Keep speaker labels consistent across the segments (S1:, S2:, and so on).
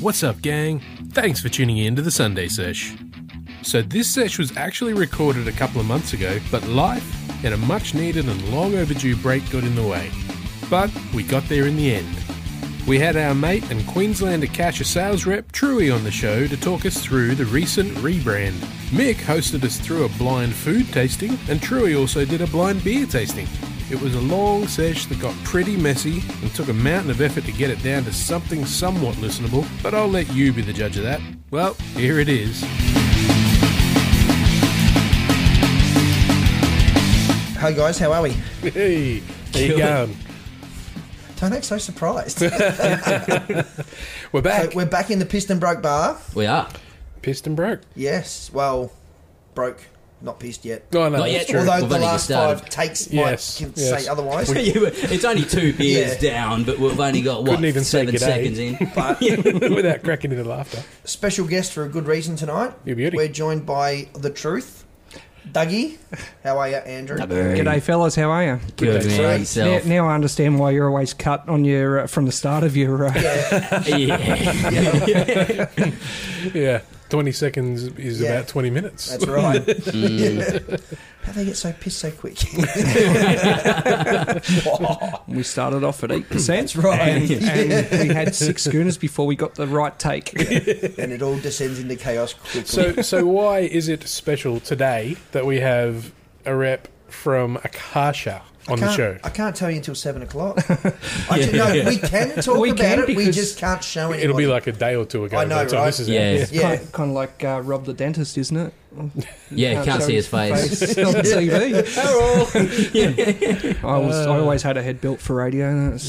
S1: What's up, gang? Thanks for tuning in to the Sunday Sesh. So, this sesh was actually recorded a couple of months ago, but life and a much needed and long overdue break got in the way. But we got there in the end. We had our mate and Queenslander Cash sales rep Truey on the show to talk us through the recent rebrand. Mick hosted us through a blind food tasting, and Truey also did a blind beer tasting. It was a long sesh that got pretty messy and took a mountain of effort to get it down to something somewhat listenable, but I'll let you be the judge of that. Well, here it is.
S2: Hey guys, how are we?
S1: Hey, there you
S3: Killed it.
S1: go.
S2: Don't act so surprised.
S1: We're
S2: So
S1: back.
S2: we're back in the Piston Broke Bar.
S3: We are.
S1: Pissed and broke.
S2: Yes, well, broke, not pissed yet.
S1: Oh, no,
S3: Not
S1: that's
S3: yet.
S1: true.
S2: Although
S3: We've
S2: the
S3: only
S2: last
S3: just started.
S2: five takes
S1: Yes,
S2: might can
S1: yes.
S2: say otherwise.
S3: You were- it's only two beers
S2: Yeah.
S3: down, but we've only got what
S1: Couldn't even say
S3: seven
S1: g'day.
S3: seconds in.
S2: But
S1: Without cracking into laughter.
S2: special guest for a good reason tonight.
S1: You beauty.
S2: We're joined by the Truth, Dougie. How are you, Andrew?
S4: G'day, fellas. How are you?
S3: Good
S1: G'day,
S3: man,
S2: Trace.
S4: Now,
S3: self.
S4: now I understand why you're always cut on your uh, from the start of your. Uh,
S3: Yeah.
S1: Yeah, 20 seconds is
S2: Yeah.
S1: about 20 minutes.
S2: That's right.
S4: Mm.
S2: How they get so pissed so quick?
S4: we started off at eight percent,
S2: right.
S4: And, and we had six schooners before we got the right take.
S2: and it all descends into chaos quickly.
S1: So, so why is it special today that we have a rep from Akasha on the
S2: can't-
S1: show?
S2: I can't tell you until seven o'clock. Actually, no, we can talk
S4: We
S2: about
S4: can
S2: it. We
S4: because
S2: just can't show anyone.
S1: It'll be like a day or two ago.
S2: I know,
S1: by the time
S2: right?
S1: This is out.
S3: Yeah.
S1: yeah.
S2: yeah,
S4: kind, kind of like uh, Rob the dentist, isn't it? Uh,
S3: yeah, can't,
S4: show
S3: see his face.
S4: on TV. I was I always had a head built for radio. that's-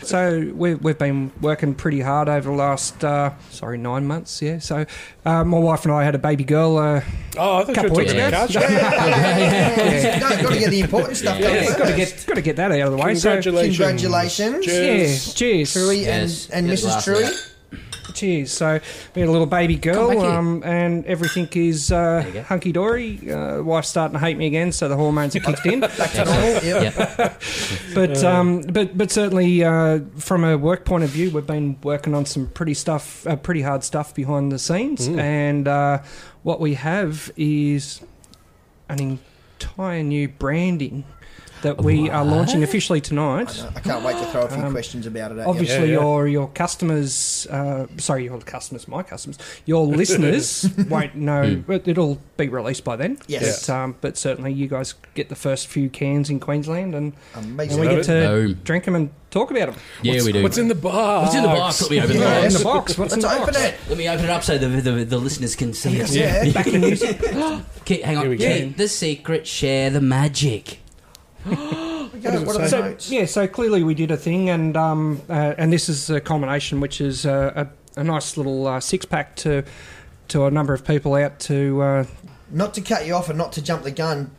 S4: so we, we've been working pretty hard over the last uh, sorry nine months. Yeah. So uh, my wife and I had a baby girl. Uh,
S1: Oh, I thought you were
S4: Couple
S1: talking
S4: weeks
S1: about
S4: ago.
S1: Akasha.
S2: no, you've got to get the important stuff done
S4: yeah,
S2: first.
S4: got to get got to get that out of the way. So
S1: Congratulations.
S2: Congratulations.
S1: Cheers.
S4: Yeah, cheers.
S2: Truly
S3: Yes,
S2: and, and
S3: get the
S2: Mrs.
S3: glass
S2: Truly.
S3: out.
S4: Cheers. So we had a little baby
S3: Come
S4: girl,
S3: back here.
S4: um, and everything is uh,
S3: you go.
S4: hunky dory. Uh, wife's starting to hate me again, so the hormones are kicked in.
S2: Back to normal. Yep.
S3: yeah.
S4: But um, but but certainly uh, from a work point of view, we've been working on some pretty stuff, uh, pretty hard stuff behind the scenes, and uh, what we have is an entire new branding that we are launching officially tonight.
S2: I can't wait to throw a few
S4: Um,
S2: questions about it at you.
S4: Obviously,
S1: Yeah, yeah.
S4: your your customers, uh, sorry, your customers, my customers, your listeners won't
S3: Hmm.
S4: know, but it'll be released by then.
S2: Yes.
S4: But, um, but certainly, you guys get the first few cans in Queensland, and, and
S2: Amazing.
S4: we get to
S3: Boom.
S4: drink them and talk about them.
S3: Yeah, we do.
S1: What's in the box?
S3: What's in the box? Let me open the
S2: Yeah.
S4: in
S3: box.
S4: the box. What's in
S2: Let's
S4: the
S2: open
S4: box?
S2: it.
S3: Let me open it up so the the, the listeners can see it.
S2: Yeah.
S4: Backing music.
S3: Keep, hang on.
S1: Here we go.
S3: Keep the secret. Share the magic.
S2: What,
S1: it
S2: are the
S1: say?
S4: So
S2: notes?
S4: yeah, so clearly we did a thing, and um, uh, and this is a combination, which is uh, a, a nice little uh, six pack to to a number of people out to uh,
S2: Not to cut you off and not to jump the gun,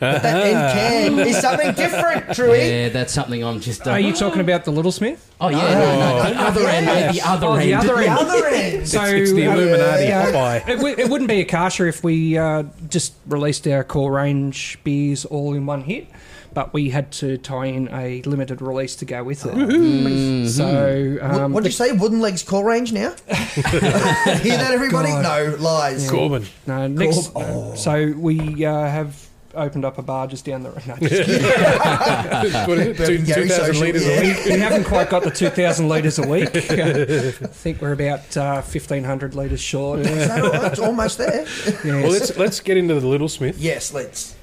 S2: but that end can is something different, Truly.
S3: Yeah, that's something I'm just. Uh,
S4: Are you talking about the Little Smith?
S3: oh yeah, no, no, the other end, mate, the other
S4: Oh,
S3: end.
S4: the other
S2: The
S4: end.
S2: other end.
S4: So
S1: It's the
S4: uh,
S1: Illuminati
S2: yeah.
S1: Popeye.
S4: It, w- it wouldn't be a kasha if we uh, just released our core range beers all in one hit, but we had to tie in a limited release to go with it. Mm-hmm. So um,
S2: what did you say? Wooden legs core range now? Hear that, everybody? No, lies.
S1: Corbin.
S4: no, next, uh, so we uh, have opened up a bar just down the road. No, just kidding.
S1: What is it? Two- 2,000
S2: Gary Social,
S1: litres
S2: yeah.
S1: a week.
S4: we haven't quite got the 2,000 litres a week. I think we're about uh, 1,500 litres short.
S2: Is that all? It's almost there.
S4: Yes.
S1: Well, let's, let's get into the Little Smith
S2: Yes, let's.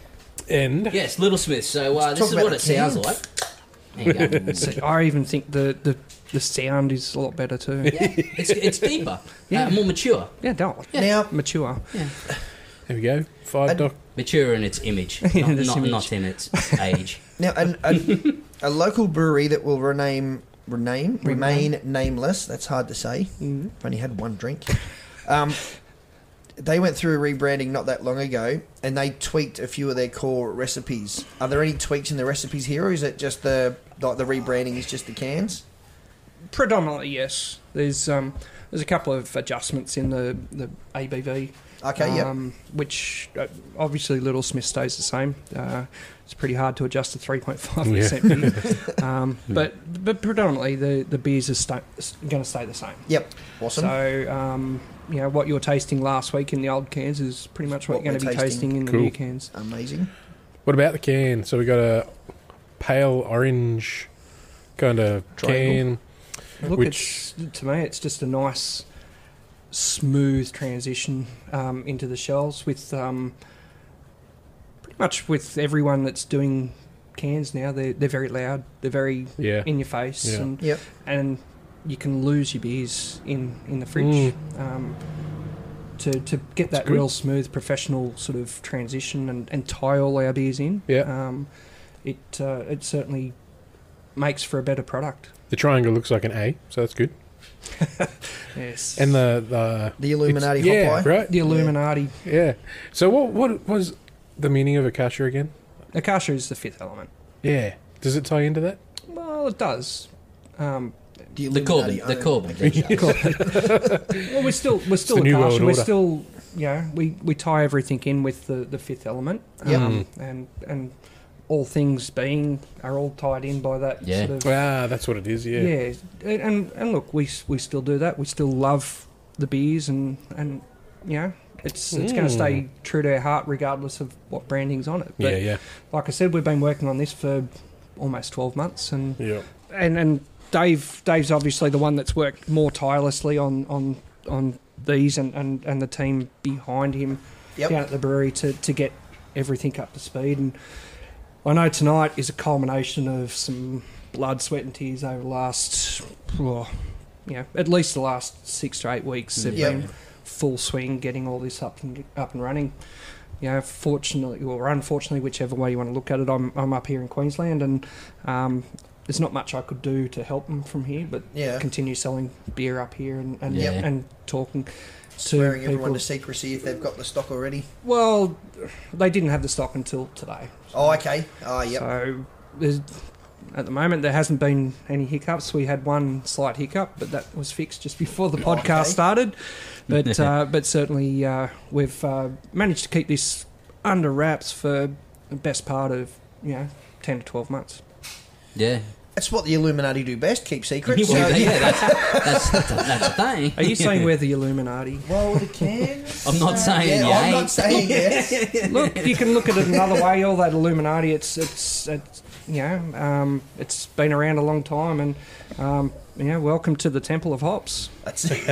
S1: end.
S3: Yes, Little Smith. So uh, this
S2: talk
S3: is
S2: about
S3: what
S2: the
S3: it sounds
S2: cans.
S3: like. There you go.
S4: So I even think the, the, the sound is a lot better too. Yeah,
S3: Yeah, it's, it's deeper, uh, more mature,
S4: don't.
S2: Now,
S4: Mature.
S1: There we go. Five doc.
S3: mature in its image, not,
S4: In its
S3: not,
S4: image.
S3: not in its age.
S2: now, an, a, a local brewery that will rename, rename, remain nameless. That's hard to say. I've only had one drink. Um, they went through a rebranding not that long ago, and they tweaked a few of their core recipes. Are there any tweaks in the recipes here, or is it just the like the rebranding is just the cans?
S4: Predominantly, yes. There's um, there's a couple of adjustments in the the ABV
S2: Okay, yeah.
S4: um, which uh, obviously Little Smith stays the same. Uh, it's pretty hard to adjust to 3.5% beer. um, but, but predominantly, the, the beers are sta going to stay the same.
S2: Yep. Awesome.
S4: So, um, you know, what you were tasting last week in the old cans is pretty much what,
S2: What
S4: you're going
S2: we're
S4: to be
S2: tasting.
S4: tasting in
S1: Cool.
S4: the new cans.
S2: Amazing.
S1: What about the can? So we got a pale orange kind of
S2: Triangle.
S1: can.
S4: Look,
S1: Which-
S4: it's, to me, it's just a nice, smooth transition um, into the shells with um, pretty much with everyone that's doing cans now. They're, they're very loud, they're very
S1: Yeah.
S4: in your face,
S1: Yeah.
S4: and
S2: Yep.
S4: and you can lose your beers in, in the fridge. Um, to, to get that
S1: Mm. good.
S4: real smooth professional sort of transition and, and tie all our beers in,
S1: Yeah.
S4: um, it uh, it certainly makes for a better product.
S1: The triangle looks like an A, so that's good.
S4: Yes.
S1: And the the
S2: The Illuminati
S1: it's- yeah,
S2: hot pie.
S1: right?
S4: The Illuminati.
S1: Yeah. So what what was the meaning of Akasha again?
S4: Akasha is the fifth element.
S1: Yeah. Does it tie into that?
S4: Well, it does. Um,
S3: The Corbin. The
S2: own-
S3: Corbin.
S4: well, we're still we're still
S1: the New World
S4: Akasha. We're
S1: Order.
S4: still yeah. We, we tie everything in with the, the fifth element.
S2: Yep.
S4: Um,
S1: Hmm.
S4: and and all things being are all tied in by that
S3: Yeah.
S4: sort of
S1: Ah, that's what it is, yeah.
S4: yeah. And and- and look, we s- we still do that. We still love the beers and and you know. It's, it's going
S1: Mm.
S4: to stay true to our heart regardless of what branding's on it. But
S1: Yeah, yeah.
S4: like I said, we've been working on this for almost 12 months and
S1: Yeah.
S4: and and Dave Dave's obviously the one that's worked more tirelessly on on on these and and, and the team behind him
S2: Yep.
S4: down at the brewery to to get everything up to speed and I know tonight is a culmination of some blood, sweat, and tears over the last, well, you know, at least the last six to eight weeks. They've
S2: Mm. Yep.
S4: been full swing getting all this up and up and running. You know, fortunately or unfortunately, whichever way you want to look at it, I'm I'm up here in Queensland, and um, there's not much I could do to help them from here, but
S2: Yeah.
S4: continue selling beer up here and and,
S3: Yeah.
S4: and talking to
S2: Swearing everyone
S4: people.
S2: to secrecy if they've got the stock already.
S4: well, they didn't have the stock until today.
S2: Oh, okay. Oh, yep.
S4: So there's, at the moment, there hasn't been any hiccups. We had one slight hiccup, but that was fixed just before the podcast
S2: Oh, Okay.
S4: started. But uh, but certainly uh, we've uh, managed to keep this under wraps for the best part of you know ten to twelve months.
S3: Yeah.
S2: That's what the Illuminati do best keep
S3: Well,
S2: secrets. so,
S3: yeah, that's, that's, the, that's the thing.
S4: Are you saying we're the Illuminati?
S2: Well, the cans.
S3: I'm not saying
S2: yeah, I'm
S3: yay.
S2: not saying yes.
S4: Look, you can look at it another way. All that Illuminati, it's it's, it's you know, um, it's been around a long time, and um, you know, welcome to the Temple of Hops.
S2: That's it.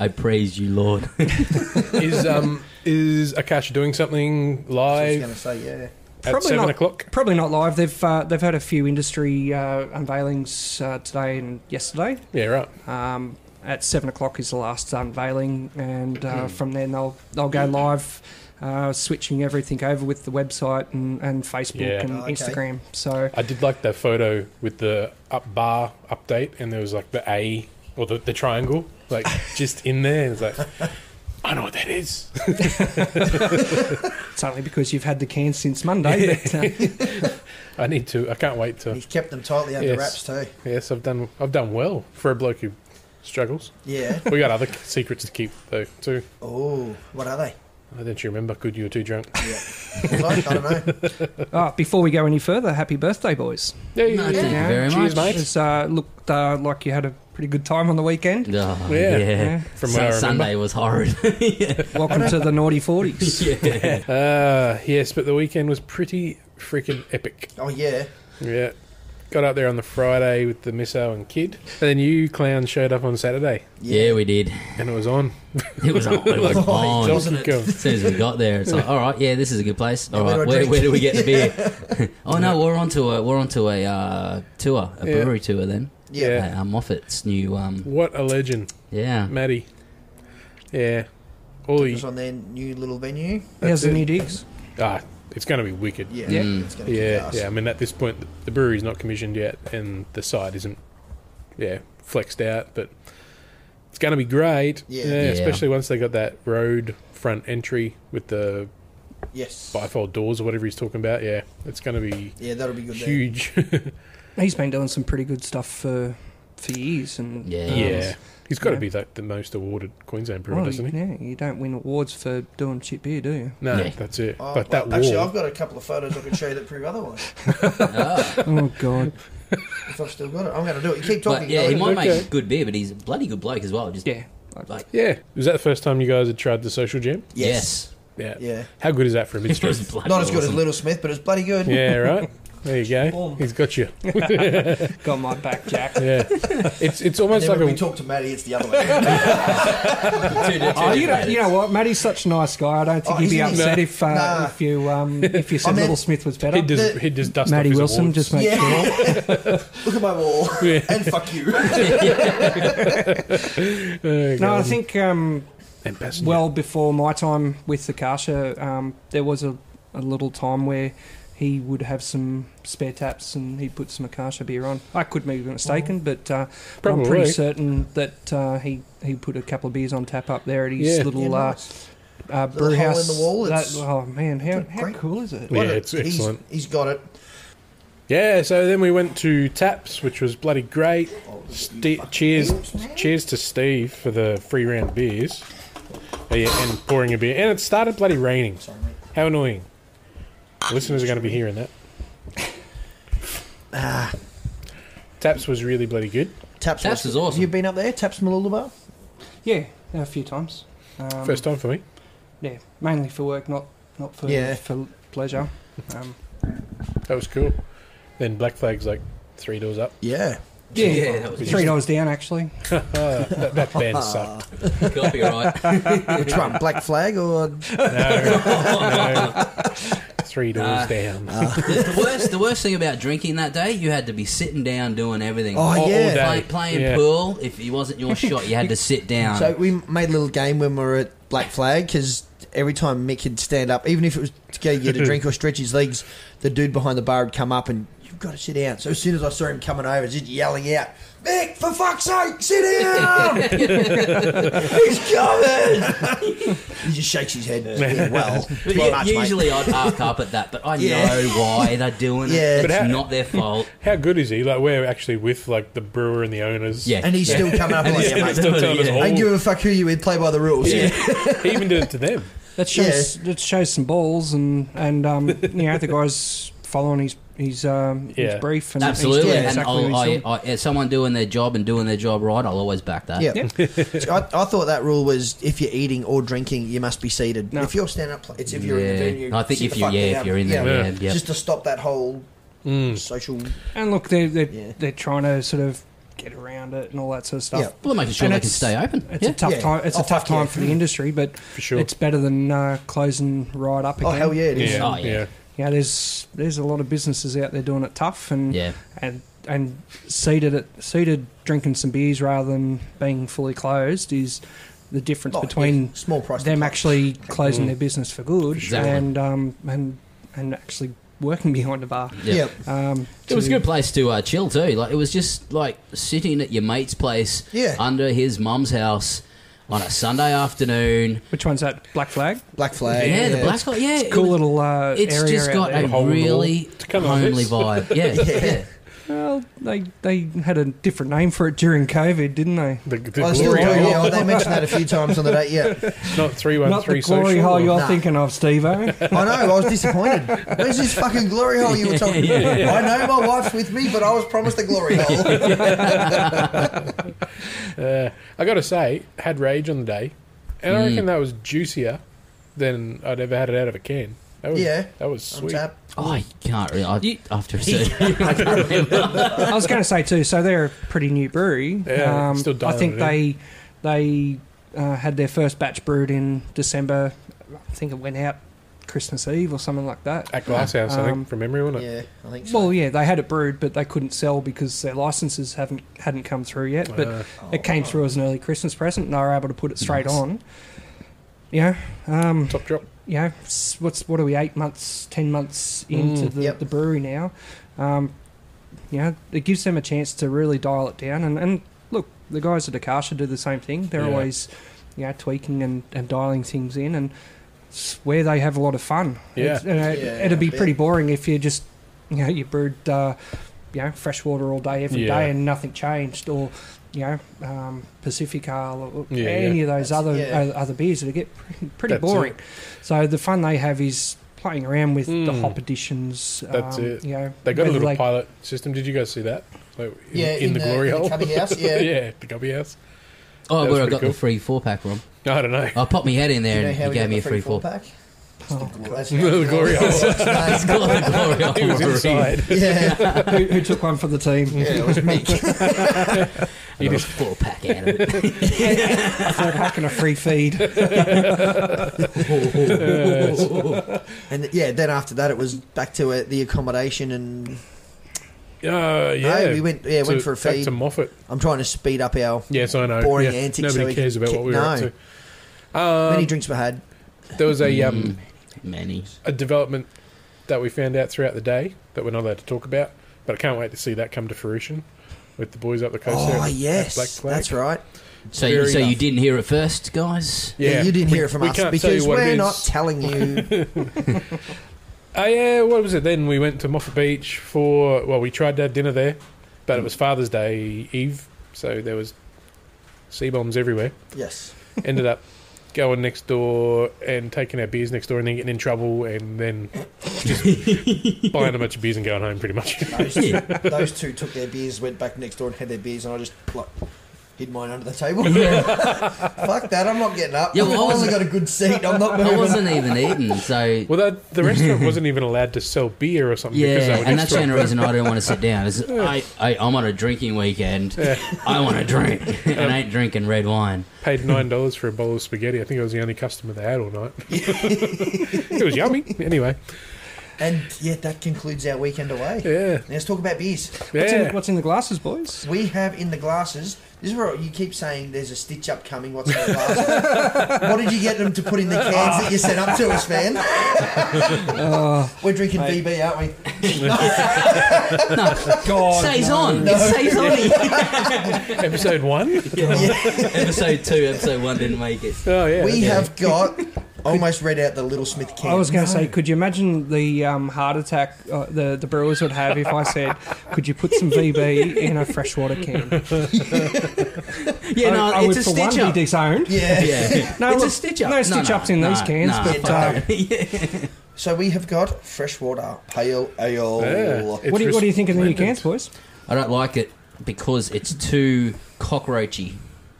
S3: I praise you, Lord.
S1: is um is Akasha doing something
S2: I was going
S1: live
S2: to say, yeah.
S1: at
S4: Probably
S1: seven
S4: not.
S1: o'clock?
S4: Probably not live. They've uh, they've had a few industry uh, unveilings uh, today and yesterday.
S1: Yeah, right.
S4: Um, at seven o'clock is the last unveiling, and uh, from then they'll they'll go live, uh, switching everything over with the website and, and Facebook
S1: Yeah.
S4: and
S2: Okay.
S4: Instagram. So
S1: I did like that photo with the up bar update, and there was like the A or the, the triangle, like just in there. And it's like, I know what that is.
S4: it's only because you've had the can since Monday. But, uh,
S1: I need to. I can't wait to.
S2: He's kept them tightly under
S1: Yes.
S2: wraps, too.
S1: Yes, I've done. I've done well for a bloke who struggles.
S2: Yeah.
S1: We got other secrets to keep though too.
S2: Oh, what are they?
S1: I don't you remember? Good, you were too drunk.
S2: Yeah. I don't know.
S4: oh, before we go any further, happy birthday, boys!
S1: Hey,
S3: No, thank you
S4: Yeah.
S3: very
S1: Cheers,
S3: much.
S1: mate.
S4: It's uh, looked uh, like you had a pretty good time on the weekend.
S3: Oh,
S1: Yeah.
S3: yeah.
S4: Yeah.
S1: From
S3: Sun-
S1: what I remember.
S3: Sunday was horrid. yeah.
S4: Welcome to the naughty forties.
S3: yeah.
S1: Ah, yes, but the weekend was pretty freaking epic.
S2: Oh, yeah.
S1: Yeah. Got up there on the Friday with the misso and kid, and then you clown showed up on Saturday,
S3: Yeah, we did.
S1: and it was on.
S3: It was on. It was
S2: Oh,
S3: on.
S1: Donkey Kong.
S3: As soon as we got there, it's like, all right, yeah, this is a good place. All
S2: where do I
S3: right, where, where
S2: drink?
S3: do we get the beer? oh no, we're onto a we're onto a uh, tour, a
S1: Yeah.
S3: brewery tour. Then
S2: Yeah.
S1: Yeah.
S3: uh, Moffat's new, um,
S1: What a legend,
S3: yeah,
S1: Maddie. Yeah. All
S2: It was
S1: the
S2: on their new little venue.
S4: How's the
S1: it.
S4: new digs?
S1: ah, it's going to be wicked.
S2: Yeah. Mm.
S4: Yeah.
S2: It's going to
S1: Yeah,
S2: kick
S1: yeah. I
S2: ass.
S1: mean, at this point, th- the brewery's not commissioned yet, and the site isn't, yeah, flexed out. But it's going to be great.
S2: Yeah.
S3: Yeah.
S1: Especially once they got that road front entry with the
S2: Yes.
S1: bifold doors or whatever he's talking about. Yeah, it's going to be
S2: Yeah, that'll be good. There.
S1: huge.
S4: He's been doing some pretty good stuff for for years. And
S3: Yeah.
S1: Yeah. He's got to
S4: Yeah.
S1: be like the most awarded Queensland brewer,
S4: well,
S1: doesn't he?
S4: yeah, Oh, you don't win awards for doing shit beer, do you?
S1: No,
S3: Yeah.
S1: that's it.
S2: Oh,
S1: but that
S2: well, actually,
S1: wall.
S2: I've got a couple of photos I can show you that prove otherwise.
S3: Ah.
S4: oh God,
S2: If I've still got it, I'm going to do it. You keep talking.
S3: but yeah, he
S2: Alan.
S3: might
S1: Okay.
S3: make good beer, but he's a bloody good bloke as well. Just
S4: yeah.
S3: like
S1: Yeah. Was that the first time you guys had tried the social gym?
S3: yes,
S1: Yeah.
S2: Yeah.
S1: How good is that for a
S3: It
S1: mystery?
S3: was bloody
S2: Not as good as
S3: awesome.
S2: Little Smith, but it's bloody good.
S1: yeah, right? There you go.
S4: Boom.
S1: He's got you.
S4: Got my back, Jack.
S1: Yeah. It's it's almost
S2: Then
S1: like
S2: when we
S1: a
S2: talk to Maddie, it's the other way.
S3: Two di- two
S4: Oh, you, know,
S3: different
S4: you know
S3: edits.
S4: what? Matty's such a nice guy. I don't think
S2: Oh,
S4: he'd be
S2: isn't he?
S4: upset if uh,
S2: Nah.
S4: if you um, if you said
S2: I meant-
S4: Little Smith was better.
S1: he does
S2: The-
S1: he does dust off
S4: Matty
S1: his
S4: Wilson,
S1: awards.
S4: just make sure.
S2: yeah. Look at my wall.
S1: Yeah.
S2: And fuck you.
S1: Oh,
S4: No, I
S1: God.
S4: think um,
S1: and passenger.
S4: well before my time with the Kasha, um, there was a, a little time where he would have some spare taps and he'd put some Akasha beer on. I could be mistaken, but uh, I'm
S1: Oh. Probably.
S4: pretty certain that uh, he, he put a couple of beers on tap up there at his
S1: Yeah.
S4: little
S2: Yeah,
S4: uh,
S2: nice.
S4: uh,
S2: Little hole
S4: brew
S2: in
S4: house.
S2: the wall, it's-
S4: That, oh man, how,
S2: it's a
S4: how
S2: great-
S4: cool is it?
S1: Yeah,
S2: What a-
S1: it's
S2: he's-
S1: excellent.
S2: he's got it.
S1: Yeah, so then we went to Taps, which was bloody great.
S2: Oh,
S1: Ste- cheers, cheers to Steve for the free round beers. Oh, yeah, and pouring a beer, and it started bloody raining.
S2: Sorry, mate.
S1: How annoying! Listeners are going to be hearing that.
S4: Ah.
S1: Taps was really bloody good.
S2: Taps,
S3: Taps
S2: was-
S3: is awesome.
S2: Have you been up there? Taps Malula Bar?
S4: Yeah, a few times. Um,
S1: First time for me.
S4: Yeah, mainly for work, not not for
S2: Yeah.
S4: for pleasure. Um,
S1: That was cool. Then Black Flag's like three doors up.
S2: Yeah.
S4: yeah,
S3: Yeah, that was
S4: three dollars down actually.
S1: Ah, that, that band sucked.
S3: copyright.
S2: Which one? Black Flag or
S1: No, no. Three doors
S3: Nah. Uh,
S1: down.
S3: the worst, the worst thing about drinking that day, you had to be sitting down doing everything.
S2: Oh,
S1: all
S2: yeah.
S1: day.
S3: Play, playing
S1: Yeah.
S3: pool. If it wasn't your shot, you had to sit down.
S2: So we made a little game when we were at Black Flag because every time Mick would stand up, even if it was to go get a drink or stretch his legs, the dude behind the bar would come up and you've got to sit down. So as soon as I saw him coming over, just yelling out, "Mick, for fuck's sake, sit down! He's coming!" he just shakes his head. Yeah, well,
S3: But
S2: pretty
S3: yeah,
S2: much, mate.
S3: usually I'd arc up at that, but I
S2: Yeah.
S3: know why they're doing
S2: Yeah.
S3: it.
S2: But
S3: It's
S1: how-
S3: not their fault.
S1: How good is he? Like we're actually with like the brewer and the owners.
S3: Yeah,
S2: and he's still coming up and like,
S3: he's
S2: yeah, mate.
S1: Still telling us
S3: Yeah.
S1: all.
S2: I don't give a fuck who you is. Play by the rules.
S1: Yeah. he even did it to them.
S4: That shows that shows some balls and and um, you know the guys following his his, um,
S1: Yeah.
S4: his brief and
S3: Absolutely,
S4: he's doing
S3: and
S4: exactly
S3: I'll,
S4: what he's
S3: I,
S4: doing.
S3: I, as someone doing their job and doing their job right, I'll always back that.
S2: Yeah. So I, I thought that rule was if you're eating or drinking, you must be seated.
S4: No.
S2: If you're standing up, it's if you're in the
S3: Yeah.
S2: venue.
S3: I think
S2: sit
S3: if
S2: the
S3: you-
S2: fuck
S3: yeah, if
S2: down.
S3: you're in there, yeah, yeah.
S2: Just to stop that whole social. oh,
S4: and look they're they're,
S2: Yeah.
S4: they're trying to sort of get around it and all that sort of stuff.
S2: Yeah.
S3: Well, making sure
S4: And
S3: they can
S4: it's-
S3: stay open.
S4: It's
S3: yeah.
S4: a tough
S2: Yeah.
S4: time. It's
S2: Oh,
S4: a tough
S2: fuck yeah.
S4: time for the industry, but
S1: For sure.
S4: it's better than uh, closing right up
S2: Oh
S4: again.
S2: hell yeah, it is.
S1: Yeah,
S3: Oh, yeah.
S1: yeah.
S4: Yeah, there's there's a lot of businesses out there doing it tough and
S3: Yeah.
S4: and and seated it seated drinking some beers rather than being fully closed is the difference
S2: Oh,
S4: between
S2: yeah, small price.
S4: them
S2: to-
S4: actually closing their business for good
S3: Exactly.
S4: and um and and actually working behind a bar.
S2: Yeah.
S4: Um,
S3: It was a
S4: to-
S3: good place to uh, chill too. Like it was just like sitting at your mate's place,
S2: Yeah.
S3: under his mum's house on a Sunday afternoon.
S4: Which one's that? Black Flag.
S2: Black
S3: Yeah,
S2: flag.
S3: the black guy. Yeah, it
S4: Cool
S3: was-
S4: little uh,
S3: It's
S4: area
S3: just
S4: out
S3: got
S4: there.
S3: a
S1: Hole in the wall.
S3: really
S1: Come on,
S3: homely
S1: Vince.
S3: vibe. Yeah, yeah.
S4: Well, they they had a different name for it during COVID, didn't they?
S1: The, the
S2: Oh, still,
S1: glory
S2: yeah,
S1: hole.
S2: yeah, they mentioned that a few times on the day. Yeah,
S1: Not three one
S4: Not the
S1: three
S4: glory
S1: social.
S4: hole you're
S2: Nah.
S4: thinking of, eh? Steve-O.
S2: I know. I was disappointed. Where's this fucking glory hole you were talking about? I know my wife's with me, but I was promised a glory hole.
S1: Uh, I got to say, had rage on the day, and
S3: Mm.
S1: I reckon that was juicier than I'd ever had it out of a can. That was,
S2: Yeah.
S1: that was
S2: On
S1: sweet.
S2: tap.
S3: Oh, I can't really. I, after a certain, I can't remember.
S4: I was going to say too. So they're a pretty new brewery.
S1: Yeah,
S4: um,
S1: still
S4: I
S1: dialing
S4: think
S1: it
S4: they they uh, had their first batch brewed in December. I think it went out Christmas Eve or something like that.
S1: At Glasshouse, I
S4: Um,
S1: think, from memory, wasn't it?
S2: Yeah, I think so.
S4: Well, yeah, they had it brewed, but they couldn't sell because their licenses haven't hadn't come through yet. But
S1: Uh,
S4: it came through as an early Christmas present, and they were able to put it straight on. Yeah, um,
S1: Top drop.
S4: yeah. s- What's what are we eight months, ten months into
S1: Mm.
S4: the,
S2: Yep.
S4: the brewery now? Um, you know, it gives them a chance to really dial it down. And, and look, the guys at Akasha do the same thing. They're
S1: Yeah.
S4: always, you know, tweaking and, and dialing things in, and it's where they have a lot of fun.
S1: Yeah.
S4: It's- you know,
S2: Yeah,
S4: it'd be
S2: I bet.
S4: pretty boring if you just, you know, you brewed. Uh, you you know fresh water all day every day,
S1: Yeah.
S4: and nothing changed, or you know um, Pacific Ale or
S1: Yeah, yeah.
S4: any of those
S2: That's-
S4: other
S2: yeah.
S4: o- other beers that get pretty, pretty
S1: That's
S4: boring. So the fun they have is playing around with the
S3: Hmm.
S1: Mm.
S4: hop additions. Um,
S1: That's it.
S4: You know,
S1: They got a
S4: whether
S1: little
S4: they-
S1: pilot system. Did you guys see that? Like, in,
S2: Yeah,
S1: in, the, glory hole.
S2: cubby house, yeah.
S1: yeah, the cubby house.
S3: Oh,
S1: That was
S3: where I
S1: pretty
S3: got
S1: cool.
S3: the free four pack from.
S1: I don't know.
S3: I popped my head in
S2: Do
S3: there
S2: you know
S3: and
S2: how
S3: he
S2: we
S3: gave
S2: got
S3: me
S2: the
S3: a free four.
S2: pack?
S4: Oh.
S2: That's
S1: The glory hole.
S3: It's called the glory hole.
S1: He was inside.
S2: Yeah,
S4: who, who took one for the team?
S2: yeah, it was me.
S3: I got a four pack out of it.
S4: Four pack and a free feed.
S2: And th- yeah, then after that, it was back to uh, the accommodation, and
S1: Uh, yeah.
S2: No, we went yeah
S1: To-
S2: went for a
S1: Back
S2: feed.
S1: to Moffat.
S2: I'm trying to speed up our
S1: Yes, I know.
S2: Boring
S1: yeah.
S2: antics so
S1: Nobody
S2: we
S1: cares
S2: can
S1: about
S2: kick-
S1: what we were up
S2: no.
S1: to. Um,
S2: many drinks were had.
S1: There was a um,
S3: Mm, many.
S1: a development that we found out throughout the day that we're not allowed to talk about, but I can't wait to see that come to fruition with the boys up the coast. there
S2: Oh
S1: at
S2: yes,
S1: Black Flag.
S2: that's right.
S3: So, you,
S1: Very
S3: so you
S1: enough.
S3: didn't hear it first, guys?
S2: Yeah, you didn't
S1: we-
S2: hear it from
S1: we
S2: us
S1: can't tell you
S2: because
S1: what it
S2: we're
S1: is.
S2: not telling you.
S1: Oh yeah, what was it then? We went to Moffat Beach for well, we tried to have dinner there, but it was Father's Day Eve, so there was sea bombs everywhere.
S2: yes,
S1: Ended up going next door and taking our beers next door and then getting in trouble and then just buying a bunch of beers and going home pretty much.
S2: those two, those two took their beers, went back next door and had their beers, and I just like hid mine under the table. Fuck that! I'm not getting up.
S3: Yeah,
S2: I've
S3: well, I
S2: only
S3: wasn't-
S2: got a good seat. I'm not
S3: I
S2: moving.
S3: wasn't even eating, so
S1: Well, that, the restaurant wasn't even allowed to sell beer or something. because they
S3: yeah.
S1: were
S3: And
S1: just
S3: that's the only reason I don't want to sit down. Is I, I I'm on a drinking weekend. I want to drink, and I ain't drinking red wine.
S1: paid nine dollars for a bowl of spaghetti. I think I was the only customer they had all night. it was yummy. Anyway,
S2: And yeah, that concludes our weekend away.
S1: yeah,
S2: Now, Let's talk about beers.
S4: What's, in,
S1: yeah.
S4: what's in the glasses, boys?
S2: We have in the glasses. This is where you keep saying there's a stitch up coming. What's in the glasses? what did you get them to put in the cans that you sent up to us, man? We're drinking VB, aren't we?
S4: God,
S3: stays on. It stays on.
S1: Episode one.
S3: episode two, episode one didn't make it.
S1: Oh yeah.
S2: we
S1: okay.
S2: have got. Almost read out the Little Smith can.
S4: I was going to say, could you imagine the um, heart attack uh, the the brewers would have if I said, could you put some VB in a freshwater can?
S3: Yeah, no,
S4: I, I would
S3: it's a
S4: for
S3: stitch
S4: one
S3: up.
S4: be disowned.
S2: Yeah.
S3: Yeah.
S4: No,
S3: it's a
S4: look,
S3: stitch up.
S4: no stitch ups in these cans, but, uh,
S3: yeah.
S2: So we have got freshwater pale ale.
S1: Yeah. It's
S4: What do, you, what do you think of the new
S1: resplendent.
S4: cans, boys?
S3: I don't like it because it's too cockroachy.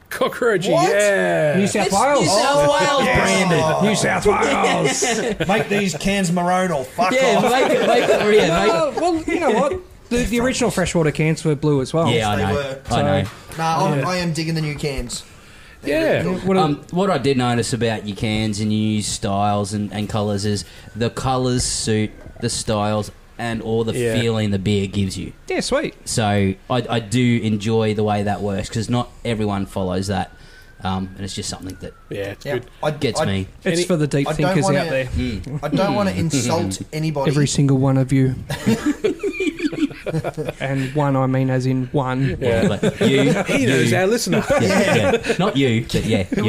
S1: Cockroachy.
S2: What?
S1: Yeah.
S4: New South
S3: It's
S4: Wales.
S3: New South Wales branded.
S2: Oh.
S4: New South Wales.
S2: Make these cans maroon or fuck
S3: Yeah,
S2: off.
S3: make it, make it, yeah, make
S4: Uh, well, you know what? The, the original freshwater cans were blue as well.
S3: it. Yeah, I
S2: They
S3: know.
S2: were.
S3: I know.
S2: Nah, I'm, I am digging the new cans.
S1: yeah.
S4: What are-
S3: Um, what I did notice about your cans and your styles and, and colours is the colours suit the styles and all the
S1: Yeah.
S3: feeling the beer gives you.
S4: yeah, sweet.
S3: So I, I do enjoy the way that works because not everyone follows that, um, and it's just something that
S1: Yeah. It's good.
S2: I,
S3: gets
S2: I,
S3: me.
S4: It's
S1: Any-
S4: for the deep
S2: I don't
S4: thinkers
S2: wanna-
S4: out there.
S2: I don't want to
S1: Hmm.
S2: insult anybody.
S4: Every single one of you. and one, I mean, as in one.
S1: Yeah.
S3: But you,
S1: He knows our listener.
S3: yeah, yeah. not you, but yeah, you.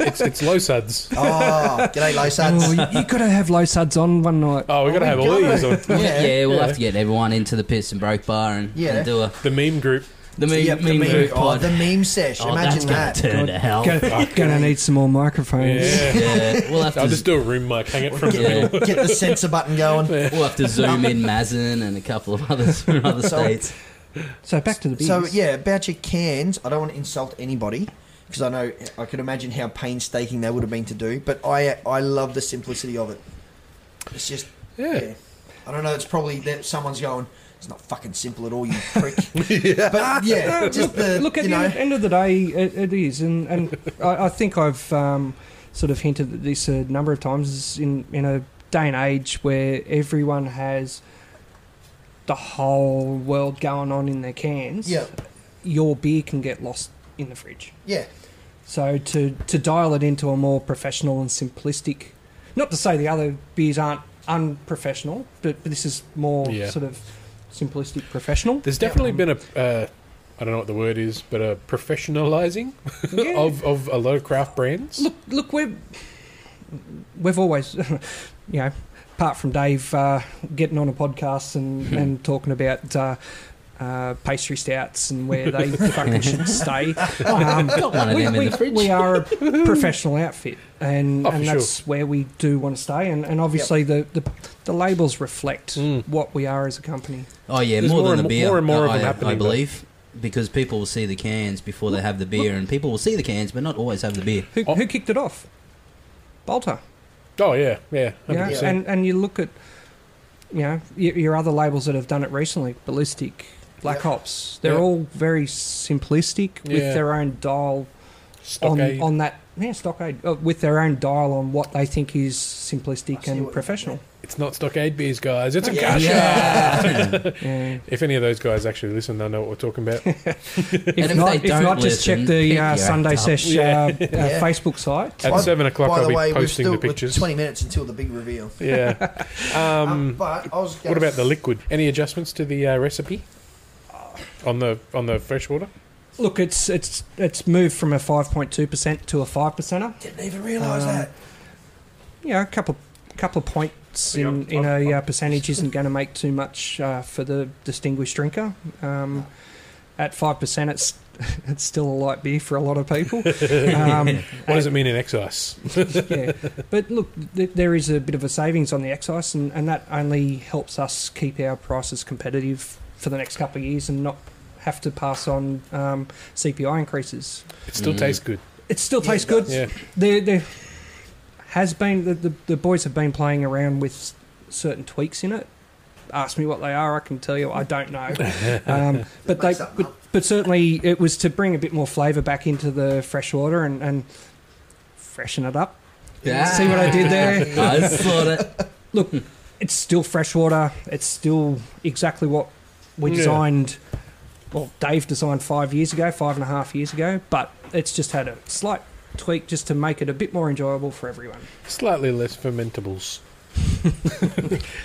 S1: It's, it's low suds.
S2: Oh, g'day, low
S4: Oh,
S2: suds.
S4: you, you gotta have low suds on one night.
S1: Oh, we gotta have all these on.
S2: Yeah.
S3: Yeah, we'll
S1: Yeah.
S3: have to get everyone into the Piss and Broke bar and,
S2: Yeah.
S3: and do a
S1: The meme group.
S3: the meme,
S2: Yep,
S3: meme,
S2: the,
S3: group
S2: meme, oh,
S3: pod.
S2: the meme sesh.
S3: Oh,
S2: Imagine
S3: that's
S2: that.
S3: gonna turn to hell.
S4: Gonna, gonna need some more microphones.
S1: Yeah.
S3: Yeah, we'll have to
S1: I'll just do a room mic. Hang it from the
S3: yeah,
S2: Get the censor button going.
S3: we'll have to zoom in Mazin and a couple of others from other
S2: So-
S3: states.
S4: So back to the beers.
S2: So yeah, about your cans. I don't want to insult anybody because I know I could imagine how painstaking they would have been to do. But I I love the simplicity of it. It's just
S1: Yeah.
S2: yeah. I don't know. It's probably that someone's going. It's not fucking simple at all, you prick. But yeah, just the
S4: Look, at
S2: you
S4: the
S2: know.
S4: end of the day, it, it is, and and I, I think I've um, sort of hinted at this a number of times is in in a day and age where everyone has the whole world going on in their cans.
S2: Yeah,
S4: your beer can get lost in the fridge.
S2: yeah.
S4: So to to dial it into a more professional and simplistic, not to say the other beers aren't unprofessional, but, but this is more
S1: Yeah.
S4: sort of simplistic professional.
S1: There's definitely been a. Uh, I don't know what the word is, but a professionalizing
S4: Yeah.
S1: of, of a lot of craft brands.
S4: Look, look, we're we've always, you know, apart from Dave uh, getting on a podcast and, and talking about. Uh, uh, pastry stouts and where they fucking should stay. Um,
S3: Got one of
S4: we,
S3: them in
S4: we-
S3: the fridge.
S4: we are a professional outfit, and,
S1: Oh, for
S4: and
S1: sure.
S4: that's where we do want to stay. And, and obviously, the, the the labels reflect
S1: Mm.
S4: what we are as a company.
S3: Oh yeah,
S1: There's
S3: more,
S1: more
S3: than
S1: and
S3: the
S1: mo-
S3: beer.
S1: more and more of
S3: I,
S1: them happening,
S3: I
S1: but-
S3: believe, because people will see the cans before they have the beer, and people will see the cans, but not always have the beer.
S4: Who,
S1: Oh.
S4: who kicked it off? Bolter.
S1: Oh yeah, yeah,
S4: you know?
S1: hundred percent.
S4: And and you look at you know your, your other labels that have done it recently, Ballistic, Black
S2: Yeah.
S4: Ops. They're
S1: Yeah.
S4: all very simplistic
S1: Yeah.
S4: with their own dial on
S1: Stockade.
S4: on that. Yeah, stockade uh, with their own dial on what they think is
S2: I
S4: simplistic
S2: see what you
S4: and
S2: did
S4: professional.
S1: It's not stockade beers, guys. It's a
S2: Yeah.
S1: gusher.
S4: Yeah.
S1: If any of those guys actually listen, they'll know what we're talking about.
S4: If,
S3: if
S4: not,
S3: they
S4: if
S3: don't
S4: not, just check
S3: listen, pick
S4: the
S3: your
S4: uh,
S3: act
S4: Sunday
S3: up.
S4: Sesh uh,
S1: Yeah.
S4: uh,
S2: Yeah.
S4: Facebook site.
S1: At
S2: By-
S1: seven o'clock,
S2: By
S1: I'll
S2: the
S1: be
S2: way, we've
S1: posting
S2: still
S1: the
S2: got
S1: pictures.
S2: twenty minutes until the big reveal.
S1: Yeah. Um,
S2: Um, but I was
S1: what
S2: gonna
S1: about the liquid? Any adjustments to the uh, recipe on the on the freshwater?
S4: Look, it's it's it's moved from a five point two percent to a five percenter.
S2: Didn't even realise
S4: Um,
S2: that.
S4: Yeah, a couple couple of points
S1: Yeah,
S4: in, in
S1: I've-
S4: a uh,
S1: I've-
S4: percentage isn't going to make too much uh, for the distinguished drinker. Um, at five percent, it's it's still a light beer for a lot of people. Um,
S1: What does it mean in excise?
S4: yeah, but look, th- there is a bit of a savings on the excise, and, and that only helps us keep our prices competitive for the next couple of years and not have to pass on um, CPI increases.
S1: It still
S3: Mm.
S1: tastes good.
S4: It still
S2: Yeah,
S4: tastes
S2: it does.
S4: good.
S1: Yeah.
S4: there there has been the, the, the boys have been playing around with certain tweaks in it ask me what they are i can tell you i don't know um, but they
S2: Make something
S4: but,
S2: up.
S4: but certainly it was to bring a bit more flavour back into the fresh water and, and freshen it up see what i did there
S3: I saw it.
S4: it's still fresh water it's still exactly what we
S1: Yeah.
S4: designed well dave designed five years ago five and a half years ago but it's just had a slight tweak just to make it a bit more enjoyable for everyone
S1: Slightly less fermentables.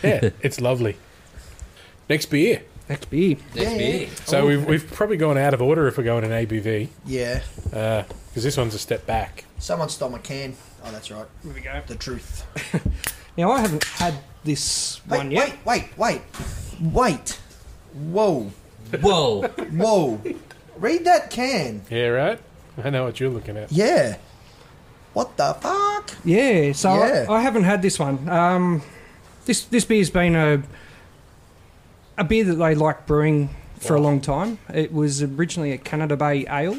S1: yeah, it's lovely. Next beer.
S4: Next beer.
S3: That's
S2: Yeah,
S3: beer.
S1: So we've, we've probably gone out of order if we're going in ABV,
S2: Yeah,
S1: because uh, this one's a step back.
S2: someone stole my can. Oh, that's right.
S4: Here we go.
S2: The truth.
S4: Now I haven't had this
S2: Wait,
S4: one yet.
S2: wait, wait, wait, wait. Whoa,
S3: Whoa!
S2: whoa. Read that can.
S1: Yeah, right? I know what you're looking at.
S2: Yeah. What the fuck?
S4: Yeah, so I-
S2: Yeah.
S4: I, haven't had this one. Um, this this beer's been a a beer that they like brewing for a long time. It was originally a Canada Bay ale,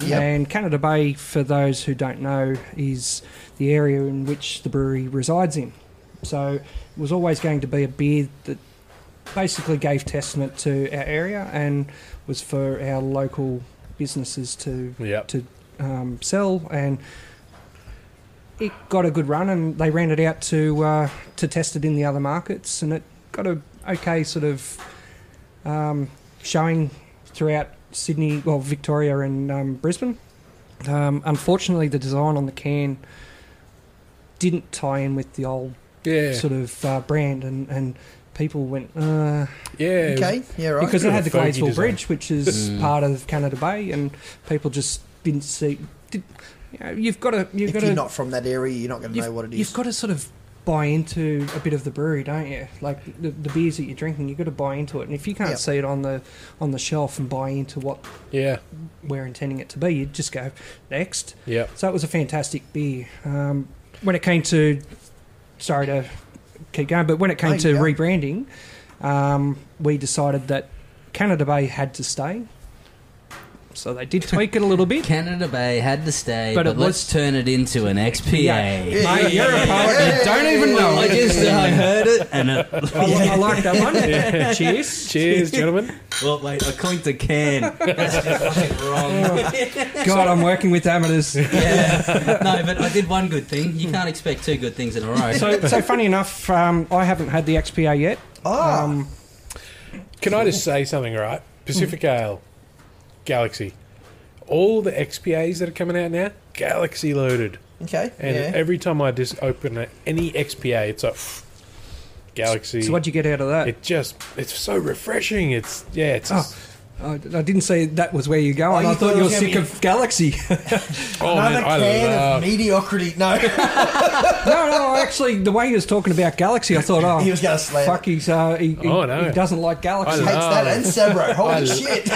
S2: Yep.
S4: and Canada Bay, for those who don't know, is the area in which the brewery resides in. So it was always going to be a beer that basically gave testament to our area and was for our local businesses to
S1: Yep.
S4: to um, sell, and it got a good run, and they ran it out to uh, to test it in the other markets, and it got a okay sort of um, showing throughout Sydney, well Victoria and um, Brisbane. Um, unfortunately, the design on the can didn't tie in with the old
S1: Yeah.
S4: sort of uh, brand, and and people went. Uh,
S1: yeah.
S2: Okay. Yeah. Right. Hmm.
S4: because it had the
S1: Bit of a foggy
S4: Gladesville
S1: design.
S4: Bridge, which is
S3: Mm.
S4: part of Canada Bay, and people just didn't see. Did, you know, you've got to, you've
S2: if
S4: got
S2: you're
S4: to,
S2: not from that area, you're not going to know what it is.
S4: you've got to sort of buy into a bit of the brewery, don't you? Like the, the beers that you're drinking, you've got to buy into it, and if you can't
S2: Yeah.
S4: see it on the on the shelf and buy into what
S1: Yeah.
S4: we're intending it to be, you just go next.
S1: Yeah.
S4: So it was a fantastic beer. Um, when it came to, sorry to keep going, but when it came
S2: Oh,
S4: to
S2: yeah.
S4: rebranding, um, we decided that Canada Bay had to stay. So they did tweak it a little bit.
S3: Canada Bay had to stay,
S4: But
S3: but,
S4: it was-
S3: let's turn it into an XPA.
S4: Yeah. uh,
S2: Yeah,
S4: Mate,
S2: yeah,
S4: you're
S2: yeah,
S4: a poet.
S2: yeah,
S4: You don't
S2: yeah,
S4: even
S2: yeah,
S4: know. Um,
S2: yeah,
S3: I
S4: it.
S2: yeah,
S3: just
S2: yeah,
S3: I
S2: yeah.
S3: heard it and it.
S4: I, li- I like that one. Cheers.
S1: Cheers, gentlemen.
S3: Well, wait, I clinked a can. wrong.
S4: God, I'm working with amateurs.
S3: yeah. No, but I did one good thing. You can't expect two good things in a row.
S4: So, so funny enough, um, I haven't had the XPA yet.
S2: Ah.
S4: Um,
S1: Can I just say something, right? Pacific
S4: Mm.
S1: Ale, Galaxy. All the XPAs that are coming out now, Galaxy loaded.
S2: okay.
S1: And
S2: yeah.
S1: every time I just open a, any XPA, it's like pff, Galaxy.
S4: so what'd you get out of that?
S1: it just it's so refreshing. It's yeah, it's
S4: Oh. I, I didn't say that was where you're going.
S2: Oh, you
S4: I
S2: thought
S4: thought
S2: it
S4: you were
S2: was
S4: sick
S2: gonna
S4: of Galaxy.
S1: Oh,
S2: Another
S1: man, I
S2: can
S1: love
S2: of mediocrity. No,
S4: no, no, actually, the way he was talking about Galaxy, I thought, oh,
S2: he was going to slam.
S4: fuck, he's, uh, he, he,
S1: Oh, no.
S4: he doesn't like Galaxy.
S1: I
S2: Hates
S1: love
S2: that
S1: it.
S2: and Sabro. Holy shit.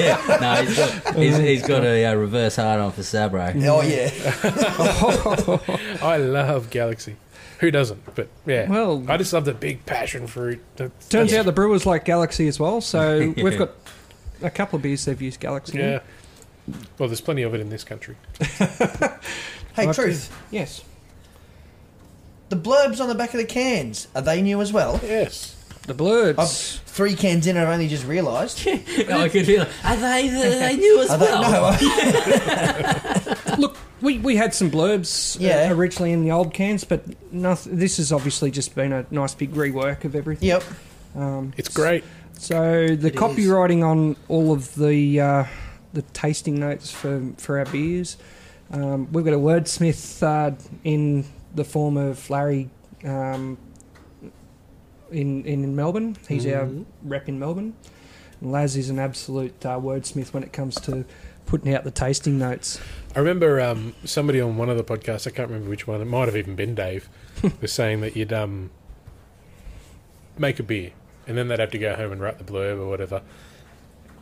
S3: yeah, no, he's got, he's, he's got a uh, reverse hard on for Sabro.
S2: oh, yeah.
S1: I love Galaxy. Who doesn't? But yeah,
S4: Well-
S1: I just love the big passion fruit. That's,
S4: Turns
S1: that's-
S4: out the brewers like Galaxy as well, so we've got a couple of beers they've used Galaxy. in.
S1: yeah. Well, there's plenty of it in this country.
S2: Hey,
S4: Okay.
S2: truth.
S4: Yes.
S2: The blurbs on the back of the cans are they new as well?
S1: Yes.
S4: The
S2: I'm
S4: Blurbs.
S2: three cans in, and I've only just realised.
S3: I could feel. Are they? They knew as
S2: I don't
S3: well.
S2: know. I-
S4: Look, we, we had some Blurbs uh,
S2: Yeah.
S4: originally in the old cans, but nothing, this has obviously just been a nice big rework of everything.
S2: yep.
S4: Um,
S1: It's great.
S4: So the
S2: It is.
S4: copywriting on all of the uh, the tasting notes for for our beers, um, we've got a wordsmith uh, in the form of Larry um, in in Melbourne. He's our
S3: Mm-hmm.
S4: rep in Melbourne. And Laz is an absolute uh, wordsmith when it comes to putting out the tasting notes.
S1: I remember um, somebody on one of the podcasts, I can't remember which one, it might have even been Dave, was saying that you'd um, make a beer and then they'd have to go home and write the blurb or whatever.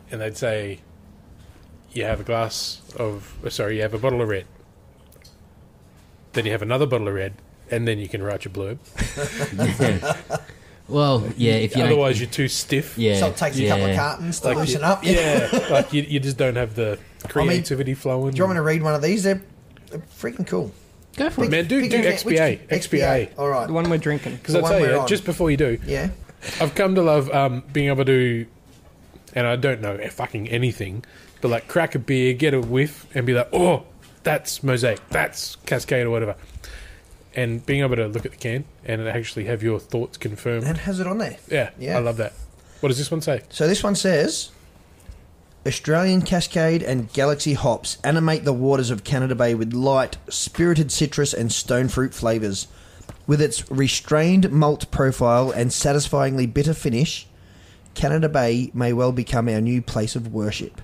S1: And they'd say, you have a glass of, oh, sorry, you have a bottle of red. Then you have another bottle of red and then you can write your blurb.
S3: Well, yeah. If you
S1: Otherwise, you're too stiff.
S3: don't, yeah,
S2: so it takes a
S3: yeah.
S2: couple of cartons to
S1: Like
S2: loosen
S1: you-
S2: up.
S1: Yeah. like you, you just don't have the creativity flowing.
S2: Do you want me to read one of these? They're, they're freaking cool.
S3: Go for it.
S1: Man, do,
S2: Pick
S1: do
S2: your can-
S1: XBA.
S2: which-
S1: XBA.
S2: All
S4: The
S2: right.
S4: one we're drinking.
S1: Because
S2: The
S1: I
S2: one
S1: tell
S2: we're
S1: you,
S2: on.
S1: just before you do,
S2: Yeah.
S1: I've come to love um, being able to, and I don't know fucking anything, but like crack a beer, get a whiff, and be like, oh, that's mosaic, that's cascade or whatever, and being able to look at the can and actually have your thoughts confirmed.
S2: And it has it on there.
S1: Yeah,
S2: Yeah.
S1: I love that. What does this one say?
S2: So this one says Australian Cascade and Galaxy hops animate the waters of Canada Bay with light, spirited citrus and stone fruit flavours. With its restrained malt profile and satisfyingly bitter finish, Canada Bay may well become our new place of worship.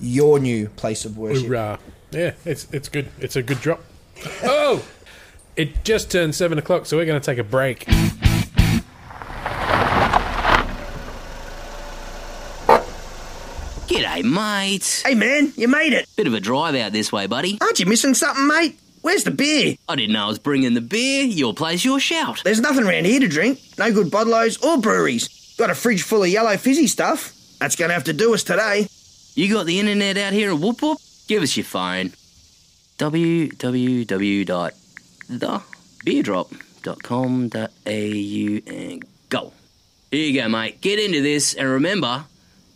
S2: Your new place of worship.
S1: Hoorah. Yeah, it's it's good. It's a good drop. Oh, it just turned seven o'clock, so we're going to take a break.
S5: G'day, mate.
S6: Hey man, you made it.
S5: Bit of a drive out this way, buddy.
S6: Aren't you missing something, mate? Where's the beer?
S5: I didn't know I was bringing the beer. Your place, your shout.
S6: There's nothing around here to drink. No good bottlos or breweries. Got a fridge full of yellow fizzy stuff. That's gonna have to do us today.
S5: You got the internet out here at Whoop Whoop? Give us your phone. www.thebeardrop.com.au and go. Here you go, mate. Get into this and remember,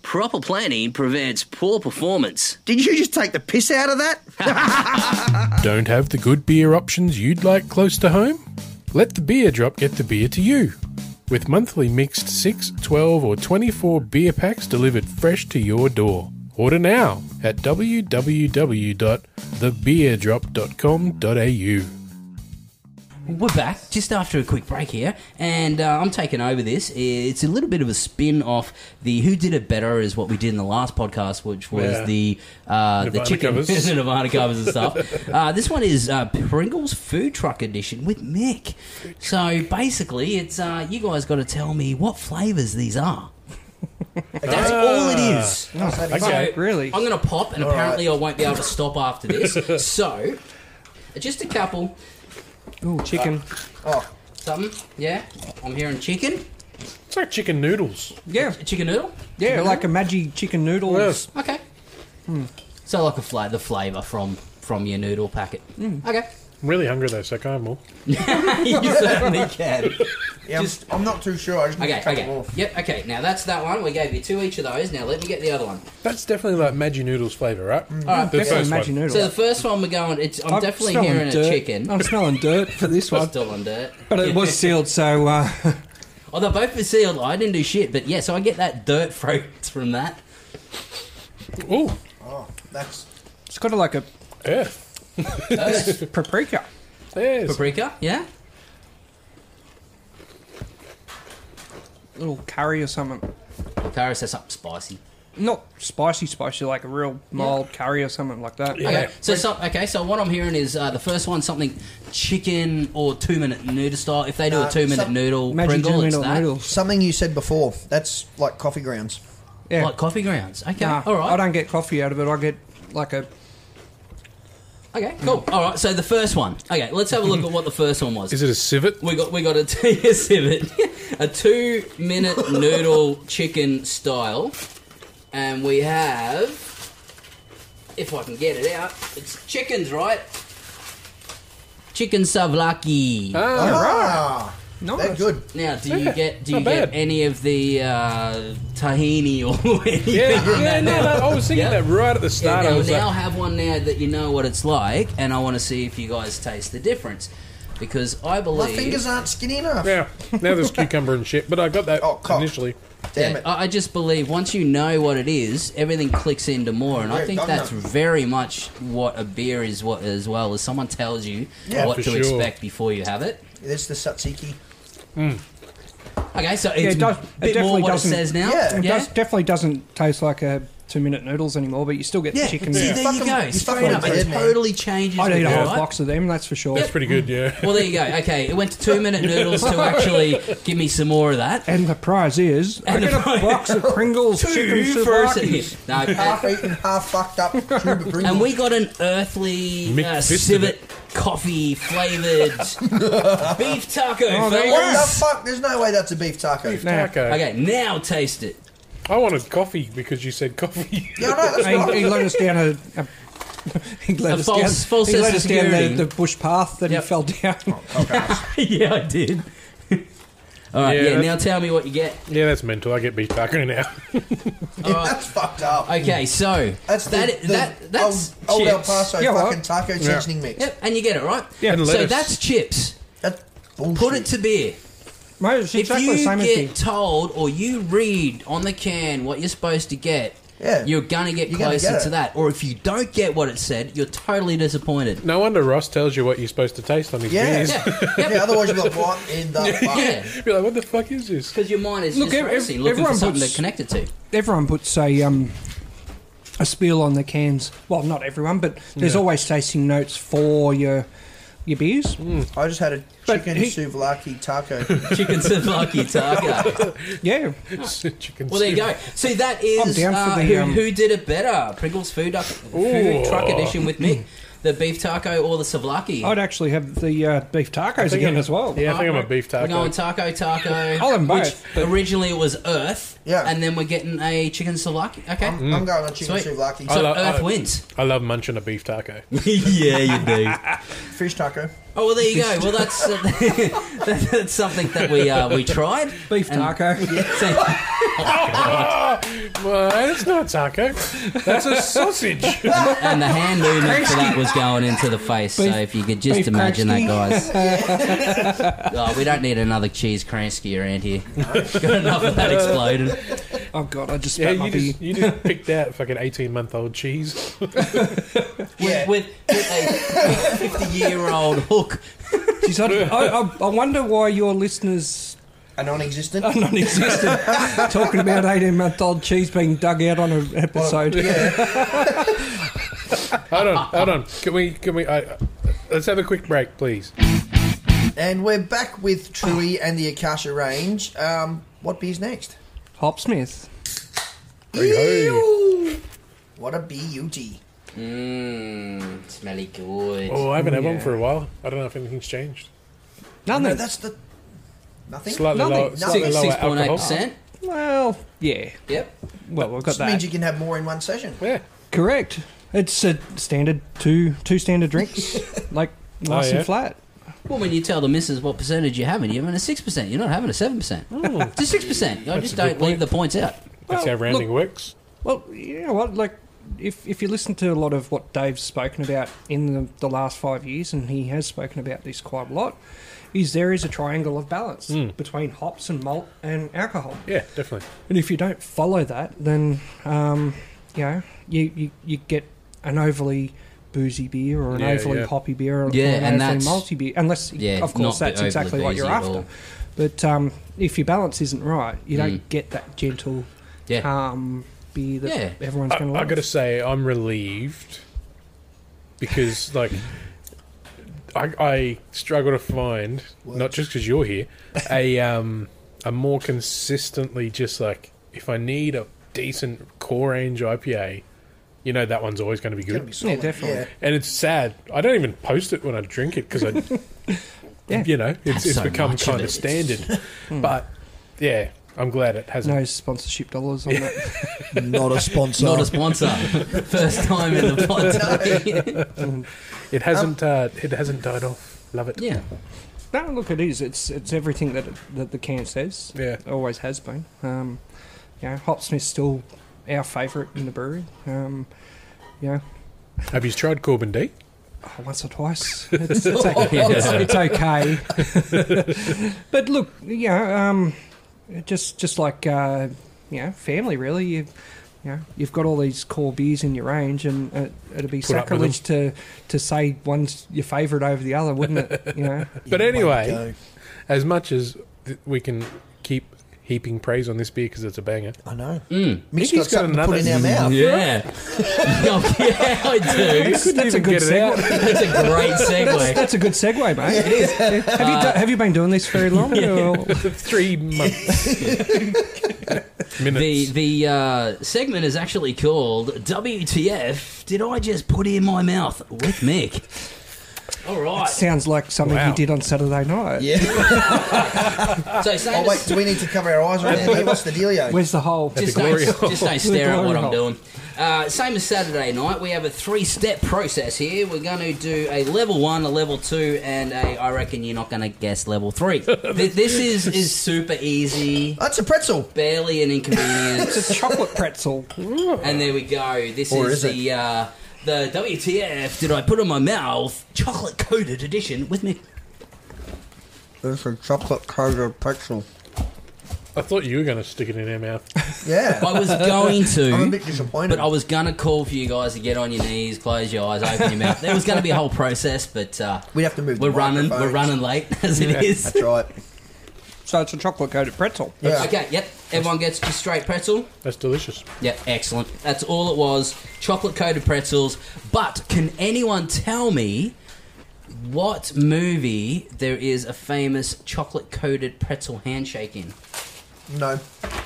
S5: proper planning prevents poor performance.
S6: Did you just take the piss out of that?
S1: Don't have the good beer options you'd like close to home? Let the beer drop get the beer to you. With monthly mixed 6, 12, or 24 beer packs delivered fresh to your door. Order now at www.thebeerdrop.com.au.
S3: We're back just after a quick break here, and uh, I'm taking over this. It's a little bit of a spin off the Who Did It Better is what we did in the last podcast, which was
S1: Yeah.
S3: the uh, the
S1: Nirvana
S3: chicken
S1: covers.
S3: the Nirvana covers and stuff. Uh, this one is uh, Pringles Food Truck Edition with Mick. So basically, it's uh, you guys got to tell me what flavors these are. That's
S1: Ah,
S3: all it is.
S1: Okay.
S4: Really?
S3: I'm going to pop, and apparently I won't be able to stop after this. so, just a couple.
S4: Oh, chicken.
S1: Uh,
S3: Oh, Something, yeah. I'm hearing chicken.
S1: It's like chicken noodles.
S4: yeah.
S3: Chicken noodle?
S4: Yeah,
S3: Chicken
S4: like Hmm. a Maggi chicken noodles.
S1: Yes.
S3: noodle? Okay. So like a fla- the flavour from from your noodle packet.
S4: Hmm.
S3: Okay.
S1: I'm really hungry though, so I can't have more.
S3: you certainly can.
S2: Yeah, I'm-
S3: Just-
S2: I'm not too sure. I just need
S3: Okay,
S2: to cut them
S3: okay.
S2: off.
S3: Yep, okay. Now that's that one. We gave you two each of those. Now let me get the other one.
S1: That's definitely like Maggi noodles flavour, right?
S3: Alright,
S1: Mm-hmm. Ah, the
S4: Definitely
S1: first
S4: Maggi
S1: one.
S4: noodle.
S3: So the first one we're going it's I'm, definitely
S4: smelling
S3: hearing
S4: dirt.
S3: a chicken.
S4: I'm smelling dirt for this
S3: I'm
S4: one.
S3: still on dirt.
S4: But it was sealed, so uh,
S3: Oh, they both were sealed. I didn't do shit, but yeah, so I get that dirt fragrance from that.
S1: Oh,
S2: Oh, that's
S4: it's got a, like a
S1: yeah.
S4: paprika.
S1: Yes.
S3: Paprika, yeah?
S4: little curry or something.
S3: Tara says something spicy.
S4: not spicy, spicy, like a real mild curry or something like that.
S1: Yeah.
S3: Okay, so, so okay, so what I'm hearing is uh, the first one something chicken or two minute noodle style. If they do
S2: Nah,
S3: a two minute
S2: some-
S3: noodle
S4: Imagine
S3: Pringle, it's
S4: doing it on
S3: that.
S4: noodles.
S2: Something you said before. That's like coffee grounds.
S4: Yeah.
S3: Like coffee grounds. Okay,
S4: Nah,
S3: all right.
S4: I don't get coffee out of it. I get like a
S3: Okay, cool. All right, so the first one. Okay, let's have a look at what the first one was.
S1: Is it a civet?
S3: We got we got a two a civet, a two minute noodle chicken style, and we have, if I can get it out, it's chickens, right? Chicken savlaki.
S2: Ah,
S4: no.
S2: they're good.
S3: Now, do you
S1: Yeah,
S3: get do
S1: not
S3: you get
S1: bad.
S3: any of the uh, tahini or anything?
S1: Yeah,
S3: in
S1: yeah,
S3: that
S1: no, no,
S3: now?
S1: I was thinking
S3: Yeah.
S1: that right at the start.
S3: Yeah,
S1: I
S3: now,
S1: was
S3: now
S1: like,
S3: have one now that you know what it's like, and I want to see if you guys taste the difference, because I
S2: My
S3: believe
S2: fingers aren't skinny enough.
S1: yeah, now there's cucumber and shit, but I got that
S2: Oh, cock.
S1: initially.
S2: Damn
S3: Yeah,
S2: it.
S3: I I just believe once you know what it is, everything clicks into more, and I
S2: Yeah,
S3: think
S2: done
S3: that's
S2: that.
S3: very much what a beer is. What as well as someone tells you
S2: Yeah,
S3: what
S1: for
S3: to
S1: sure.
S3: expect before you have it.
S2: There's the satsiki.
S3: Okay, so it's
S4: it does-
S3: a
S4: it
S3: bit more
S4: definitely
S3: what it
S4: doesn't-
S3: says now.
S2: Yeah,
S4: It does, definitely doesn't taste like a two minute noodles anymore, but you still get
S3: Yeah,
S4: the chicken.
S3: see,
S2: Yeah.
S3: there you
S2: Fucking-
S3: go.
S2: you
S3: Straight
S2: fucking
S3: up, it
S2: dead, man.
S3: totally changes.
S4: I'd
S3: the
S4: eat a
S3: beer,
S4: whole
S3: right?
S4: box of them, that's for sure.
S1: That's pretty good, yeah.
S3: Well, there you go. Okay, it went to two minute noodles to actually give me some more of that.
S4: And the prize is
S3: And
S4: I
S3: the
S4: get
S3: prize-
S4: a box of Pringles chicken
S3: Two
S4: souvlaki.
S3: versus- No, uh,
S2: Half eaten, half fucked up.
S3: and we got an earthly uh,
S1: McFisted
S3: civet
S1: it.
S3: coffee flavored beef taco.
S4: Oh, there you
S2: What the
S3: fellas.
S2: fuck? There's no way that's a beef taco. Yeah,
S4: Nah.
S1: Taco.
S3: Okay, now taste it.
S1: I wanted coffee because you said coffee.
S2: I know, that's
S4: He,
S2: what I-
S4: he let us down a. a he let
S3: A
S4: us
S3: false-
S4: down,
S3: false
S4: he let
S3: sense
S4: us
S3: of
S4: down
S3: security.
S4: the, the bush path that
S3: Yep.
S4: he fell down.
S3: yeah, I did. All right, yeah.
S1: Yeah, that's-
S3: Now tell me what you get.
S1: yeah, that's mental. I get beef taco now.
S2: Yeah, that's fucked up.
S3: Okay, so
S2: That's the,
S3: that,
S2: the
S3: that that's
S2: old, old El
S3: chips.
S2: Paso
S4: Yeah,
S2: fucking
S4: well,
S2: taco seasoning mix.
S3: Yep, and you get it right.
S1: Yeah, and
S3: so
S1: lettuce.
S3: that's chips.
S2: That's bullshit.
S3: Put it to beer.
S4: Mate, it's exactly
S3: if
S4: the
S3: you
S4: same
S3: get
S4: as me.
S3: told or you read on the can what you're supposed to get,
S2: Yeah.
S3: you're gonna get
S2: You're gonna
S3: closer
S2: get it.
S3: to that. Or if you don't get what it said, you're totally disappointed.
S1: No wonder Ross tells you what you're supposed to taste on his
S2: Yeah.
S1: beers.
S3: Yeah,
S2: Yeah, otherwise you're like, what in the fuck?
S3: yeah,
S1: You're like, what the fuck is this?
S3: because your mind is
S4: Look,
S3: just
S4: ev- ev-
S3: racing, looking for
S4: everyone
S3: something
S4: puts-
S3: to connect it to.
S4: Everyone puts a um, a spiel on the cans. Well, not everyone, but there's
S1: Yeah.
S4: always tasting notes for your your beers.
S2: I just had a
S4: But
S2: chicken
S4: he-
S2: souvlaki taco.
S3: Chicken souvlaki taco.
S4: Yeah,
S1: Chicken
S3: Well, there you go. See, that
S4: I'm
S3: is
S4: down for
S3: uh,
S4: the,
S3: who,
S4: um,
S3: who did it better: Pringles Food, Duck- food Truck Edition with Mick, the beef taco or the souvlaki.
S4: I'd actually have the uh, beef tacos again as well.
S1: Yeah, I think I'm a beef
S3: We're
S1: taco.
S3: going taco taco.
S4: I'll have
S3: which
S4: both, but-
S3: originally it was Earth.
S2: Yeah.
S3: And then we're getting a chicken souvlaki. Okay.
S2: I'm going on chicken
S3: Sweet. So
S2: souvlaki.
S1: Mm. I love-
S3: Earth
S1: I-
S3: wins.
S1: I love munching a beef taco.
S3: yeah, you do.
S2: Fish taco.
S3: Oh well, there you go. Well, that's uh, that- that's something that we uh, we tried.
S4: Beef
S3: And-
S4: taco.
S3: So-
S1: well, that's not taco. That's a sausage.
S3: and the hand movement for that was going into the face. So if you could just
S4: beef
S3: imagine that,
S4: Kransky.
S3: guys. oh, we don't need another cheese Kransky around here. Got enough of that exploded.
S4: Oh god, I just
S1: yeah,
S4: spat my
S1: you
S4: beer.
S1: just, you just picked out fucking 18 month old cheese.
S2: Yeah.
S3: With, with a fifty-year-old hook.
S4: Jeez, I, I, I- I wonder why your listeners
S2: A non-existent.
S4: are non-existent. Talking about eighteen-month-old cheese being dug out on an episode.
S1: Hold on, hold on. Can we, can we, I, I- let's have a quick break, please.
S2: And we're back with Truey and the Akasha range. Um, what beer's next?
S4: Hopsmith.
S1: Hey-ho.
S2: What a beauty.
S3: Mmm, smelly good.
S1: Oh, I haven't had one for a while. I don't know if anything's changed.
S2: No,
S4: Nothing.
S2: that's the... Nothing?
S1: Slightly
S4: Nothing.
S1: lower, slightly
S2: Six-
S1: lower
S3: Six point eight
S1: alcohol.
S3: percent.
S4: well, yeah.
S3: Yep.
S4: Well, we've got
S2: Just
S4: that.
S2: means you can have more in one session.
S1: Yeah.
S4: Correct. It's a standard two two standard drinks, like nice
S1: Oh, yeah?
S4: and flat.
S3: Well, when you tell the missus what percentage you're having, you're having a six percent. You're not having a seven percent. It's a six percent. I just
S1: Oh. a good
S3: don't leave the points out.
S1: That's
S4: Well,
S1: how rounding works.
S4: Well, you know what? Like, if if you listen to a lot of what Dave's spoken about in the, the last five years, and he has spoken about this quite a lot, is there is a triangle of balance
S1: Hmm.
S4: between hops and malt and alcohol.
S1: Yeah, definitely.
S4: And if you don't follow that, then um, you know you, you you get an overly boozy beer or an
S1: Yeah,
S4: overly
S1: yeah.
S4: hoppy beer or,
S3: Yeah,
S4: or an
S3: and
S4: overly
S3: that's-
S4: malty beer, unless
S3: Yeah,
S4: of
S3: not
S4: course that's
S3: overly
S4: exactly what
S3: boozy
S4: you're
S3: at
S4: after.
S3: all.
S4: But um, if your balance isn't right, you don't get that
S3: Mm.
S4: gentle
S3: Yeah.
S4: um, happy that
S3: Yeah.
S4: everyone's
S1: I,
S4: going to
S1: I
S4: love
S1: gotta say, I'm relieved because, like, I, I struggle to find not just because you're here a um a more consistently just like if I need a decent core range IPA, you know that one's always going to be good.
S4: Yeah, definitely.
S1: and it's sad. I don't even post it when I drink it because I,
S4: Yeah.
S1: you know, it's,
S3: That's
S1: it's
S3: so
S1: become
S3: much of
S1: kind
S3: it.
S1: of standard. Hmm. but yeah, I'm glad it hasn't.
S4: No sponsorship dollars on that.
S2: Not a sponsor.
S3: Not a sponsor. First time in the pod.
S1: It hasn't. Uh, it hasn't died off. Love it.
S3: Um, yeah.
S4: No, look, it is. It's it's everything that it, that the can says.
S1: Yeah.
S4: It always has been. Um, you know, Hopsmith's still our favourite in the brewery. Um, you know,
S1: Have you tried Corbin D?
S4: oh, once or twice. It's, it's, okay. it's, it's okay. but look, you know, um, just just like uh, you know, family really. You, you know, you've got all these core beers in your range, and it, it'd be
S1: Put up with
S4: sacrilege to to say one's your favourite over the other, wouldn't it? You know.
S1: But
S2: way to
S1: anyway,
S2: go.
S1: as much as th- we can keep heaping praise on this beer because it's a banger,
S2: I know.
S3: Mm.
S1: Mickey's
S2: Mick's got
S1: got
S2: something to put in our
S1: another-
S2: mouth.
S3: Yeah. Oh, yeah, I do.
S4: That's, that's a
S1: even
S4: good
S1: get it out.
S4: segue.
S3: That's a great segue.
S4: That's a good segue, mate. It is. Have, you do, have you been doing this very long? or-
S1: three months minutes.
S3: The the uh, segment is actually called WTF. Did I just put in my mouth with Mick? All right.
S4: Sounds like something
S1: Wow.
S4: you did on Saturday night.
S2: Yeah.
S3: So say
S2: oh, wait, do we need to cover our eyes right now? What's the dealio?
S4: Where's the hole?
S3: just
S1: the
S3: don't,
S1: glory hole.
S3: just don't stare at what
S4: glory
S3: I'm
S4: hole.
S3: doing. Uh, same as Saturday night, we have a three-step process here. We're going to do a level one, a level two, and a. I reckon you're not going to guess level three. Th- this is is super easy,
S2: That's a pretzel.
S3: barely an inconvenience.
S4: It's a chocolate pretzel.
S3: And there we go. This
S2: Or
S3: is,
S2: is it?
S3: the uh, the WTF did I put in my mouth chocolate coated edition with me.
S2: It's a chocolate coated pretzel.
S1: I thought you were going to stick it in our mouth.
S2: Yeah.
S3: I was going
S2: I'm a
S3: to.
S2: bit disappointed.
S3: But I was gonna call for you guys to get on your knees, close your eyes, open your mouth. There was gonna be a whole process, but uh,
S2: We'd have to move the
S3: We're running. We're
S2: microphones.
S3: running late as it is.
S2: That's right.
S4: So it's a chocolate coated pretzel.
S2: Yeah.
S3: Okay. Yep. Everyone gets just straight pretzel.
S1: That's delicious.
S3: Yep, excellent. That's all it was. Chocolate coated pretzels. But can anyone tell me what movie there is a famous chocolate coated pretzel handshake in?
S2: No.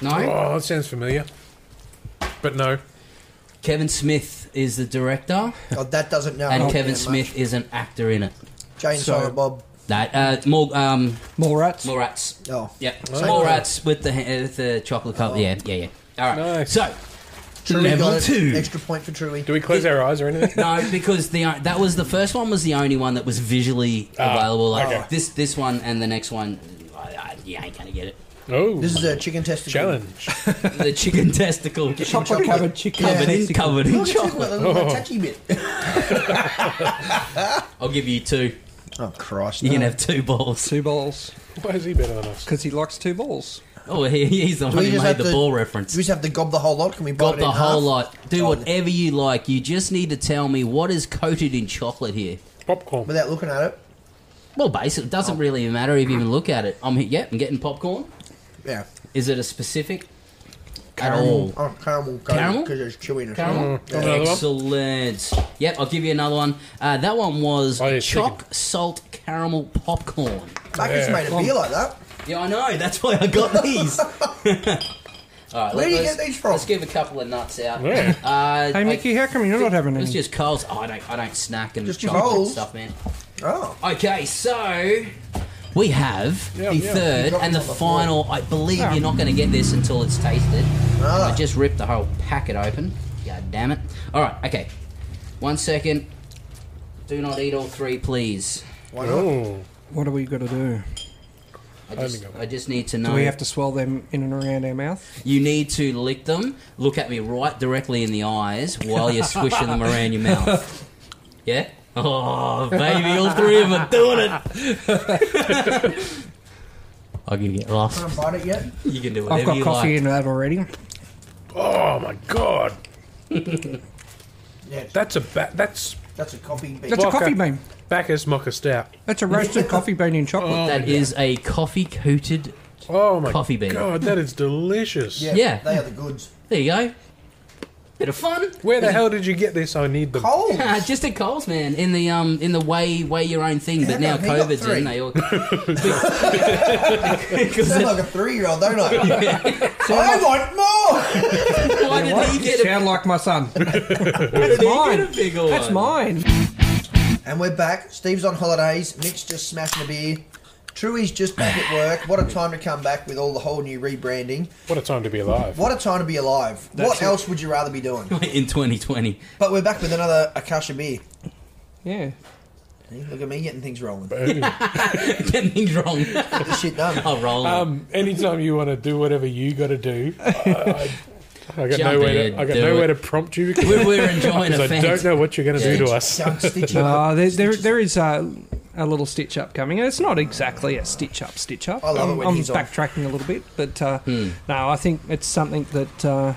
S3: No?
S1: Oh, that sounds familiar. But no,
S3: Kevin Smith is the director,
S2: Oh, that doesn't know.
S3: and
S2: Oh,
S3: Kevin
S2: yeah,
S3: Smith is an actor in it.
S2: mate. Jane
S4: So-
S2: Silent Bob.
S3: That uh, more um
S4: More rats.
S3: more rats.
S2: Oh.
S3: Yep,
S2: Same
S3: more
S2: thing.
S3: rats with the ha- with the chocolate cover. Yeah, yeah, yeah. All right.
S1: Nice.
S3: So
S2: Truly
S3: level
S2: got it.
S3: two.
S2: Extra point for Truly.
S1: do we close our eyes or anything?
S3: No, because the that was the first one was the only one that was visually
S1: Ah,
S3: available. Like
S1: okay.
S3: this, this one and the next one, I, I, you ain't gonna get it.
S1: Oh,
S2: This is a chicken testicle.
S1: challenge.
S3: The chicken testicle covered
S4: Chocolate
S2: Chocolate.
S4: covered chicken.
S3: in
S4: testicle.
S3: covered in
S2: Look, it's got
S3: chocolate.
S2: a
S1: Oh.
S2: little touchy bit.
S3: I'll give you two.
S2: Oh, Christ.
S3: You can
S2: no.
S1: Ah.
S3: have two balls.
S4: Two balls.
S1: Why is he better than us?
S4: Because he likes two balls.
S3: Oh, he, he's the one
S2: we
S3: who
S2: just
S3: made
S2: have
S3: the
S2: to-
S3: ball
S2: Do
S3: reference.
S2: we just have to gob the whole lot? Can we
S3: Got
S2: bite it
S3: the
S2: in half?
S3: whole lot. Do
S2: Oh,
S3: whatever you like. You just need to tell me what is coated in chocolate here.
S1: Popcorn.
S2: Without looking at it.
S3: Well, basically, it
S2: Oh.
S3: doesn't really matter if you even look at it. I'm yeah, I'm getting popcorn.
S2: Yeah.
S3: Is it a specific? At all.
S2: Oh, caramel.
S3: Caramel?
S2: Because there's chewiness.
S3: Caramel?
S2: Yeah.
S1: Another one?
S3: Excellent. Yep, I'll give you another one. Uh, that one was
S1: Oh, yeah,
S3: chalk
S1: chicken.
S3: salt caramel popcorn.
S2: Buckets
S1: Yeah.
S2: made a beer like that.
S3: Yeah, I know. That's why I got these. All right,
S2: Where do you
S3: let's-
S2: get these from?
S3: Let's give a couple of nuts out.
S1: Yeah.
S3: Uh,
S4: Hey, Mickey, how come you're not having
S3: It's
S4: any?
S3: just Coles. Oh, I don't. I don't snack and
S2: Just your
S3: chocolate and
S2: bowls.
S3: stuff, man.
S2: Oh.
S3: Okay, so we have
S1: Yeah,
S3: the
S1: yeah.
S3: third
S2: You've got
S3: and the
S2: these on the floor.
S3: final. I believe
S4: Yeah.
S3: you're not going to get this until it's tasted.
S2: Ah.
S3: I just ripped the whole packet open. God damn it. All right, okay. One second. Do not eat all three, please.
S2: Why not?
S1: Oh,
S4: What are we going to do?
S3: I
S1: Only
S3: just,
S1: got one.
S3: I just need to
S4: Do
S3: know.
S4: we have to swirl them in and around our mouth?
S3: You need to lick them, look at me right directly in the eyes while you're swishing them around your mouth. Yeah? Oh, baby, all three of them are doing it. I can get lost.
S2: Can't bite it yet.
S3: You can do
S4: I've
S3: whatever
S4: got
S3: you
S4: coffee
S3: like.
S4: in that already.
S1: oh my god.
S2: Yeah,
S1: That's a ba- that's
S2: that's a copy. bean.
S4: That's a
S1: Mocha.
S4: coffee bean.
S1: Bacchus mocha stout.
S4: That's a roasted coffee bean in chocolate.
S3: That is a coffee coated.
S1: Oh my
S3: Coffee bean.
S1: god, that is delicious.
S2: yeah,
S3: yeah.
S2: They are the goods.
S3: There you go. Bit of fun. Ah,
S1: Where the hell did you get this? I need them.
S2: Cold.
S3: just at Coles, man. In the um, in the way, way your own thing. But now
S2: come he got
S3: COVID's
S2: three?
S3: in. They all
S2: sound like a three-year-old, don't I? I want more.
S3: why did he get a,
S4: Sound like my son.
S3: why Oh. did he
S4: mine.
S3: get a bigger one?
S4: That's mine.
S2: and we're back. Steve's on holidays. Mick's just smashing a beer. Truey's just back at work. What a time to come back with all the whole new rebranding.
S1: What a time to be alive.
S2: What a time to be alive. what
S4: it.
S2: else would you rather be doing?
S3: In 2020.
S2: But we're back with another Akasha beer.
S4: Yeah.
S2: See, Look at me getting things rolling.
S3: Getting things wrong.
S2: Get this shit done.
S3: I'll roll. it.
S1: Um, anytime you want to do whatever you got to do, I, I, I got
S3: Jump
S1: nowhere
S3: in,
S1: to. I got
S3: do
S1: nowhere
S3: it.
S1: to prompt you because
S3: we're, we're enjoying a
S1: I don't
S3: fact.
S1: know what you're going to do to us.
S2: Don't stitch it up.
S4: Uh, there, there, there is a, a little stitch up coming, and it's not exactly a stitch up, stitch up.
S2: I love it
S4: I'm,
S2: when
S4: I'm
S2: he's on.
S4: backtracking a little bit, but uh, no, I think it's something that uh,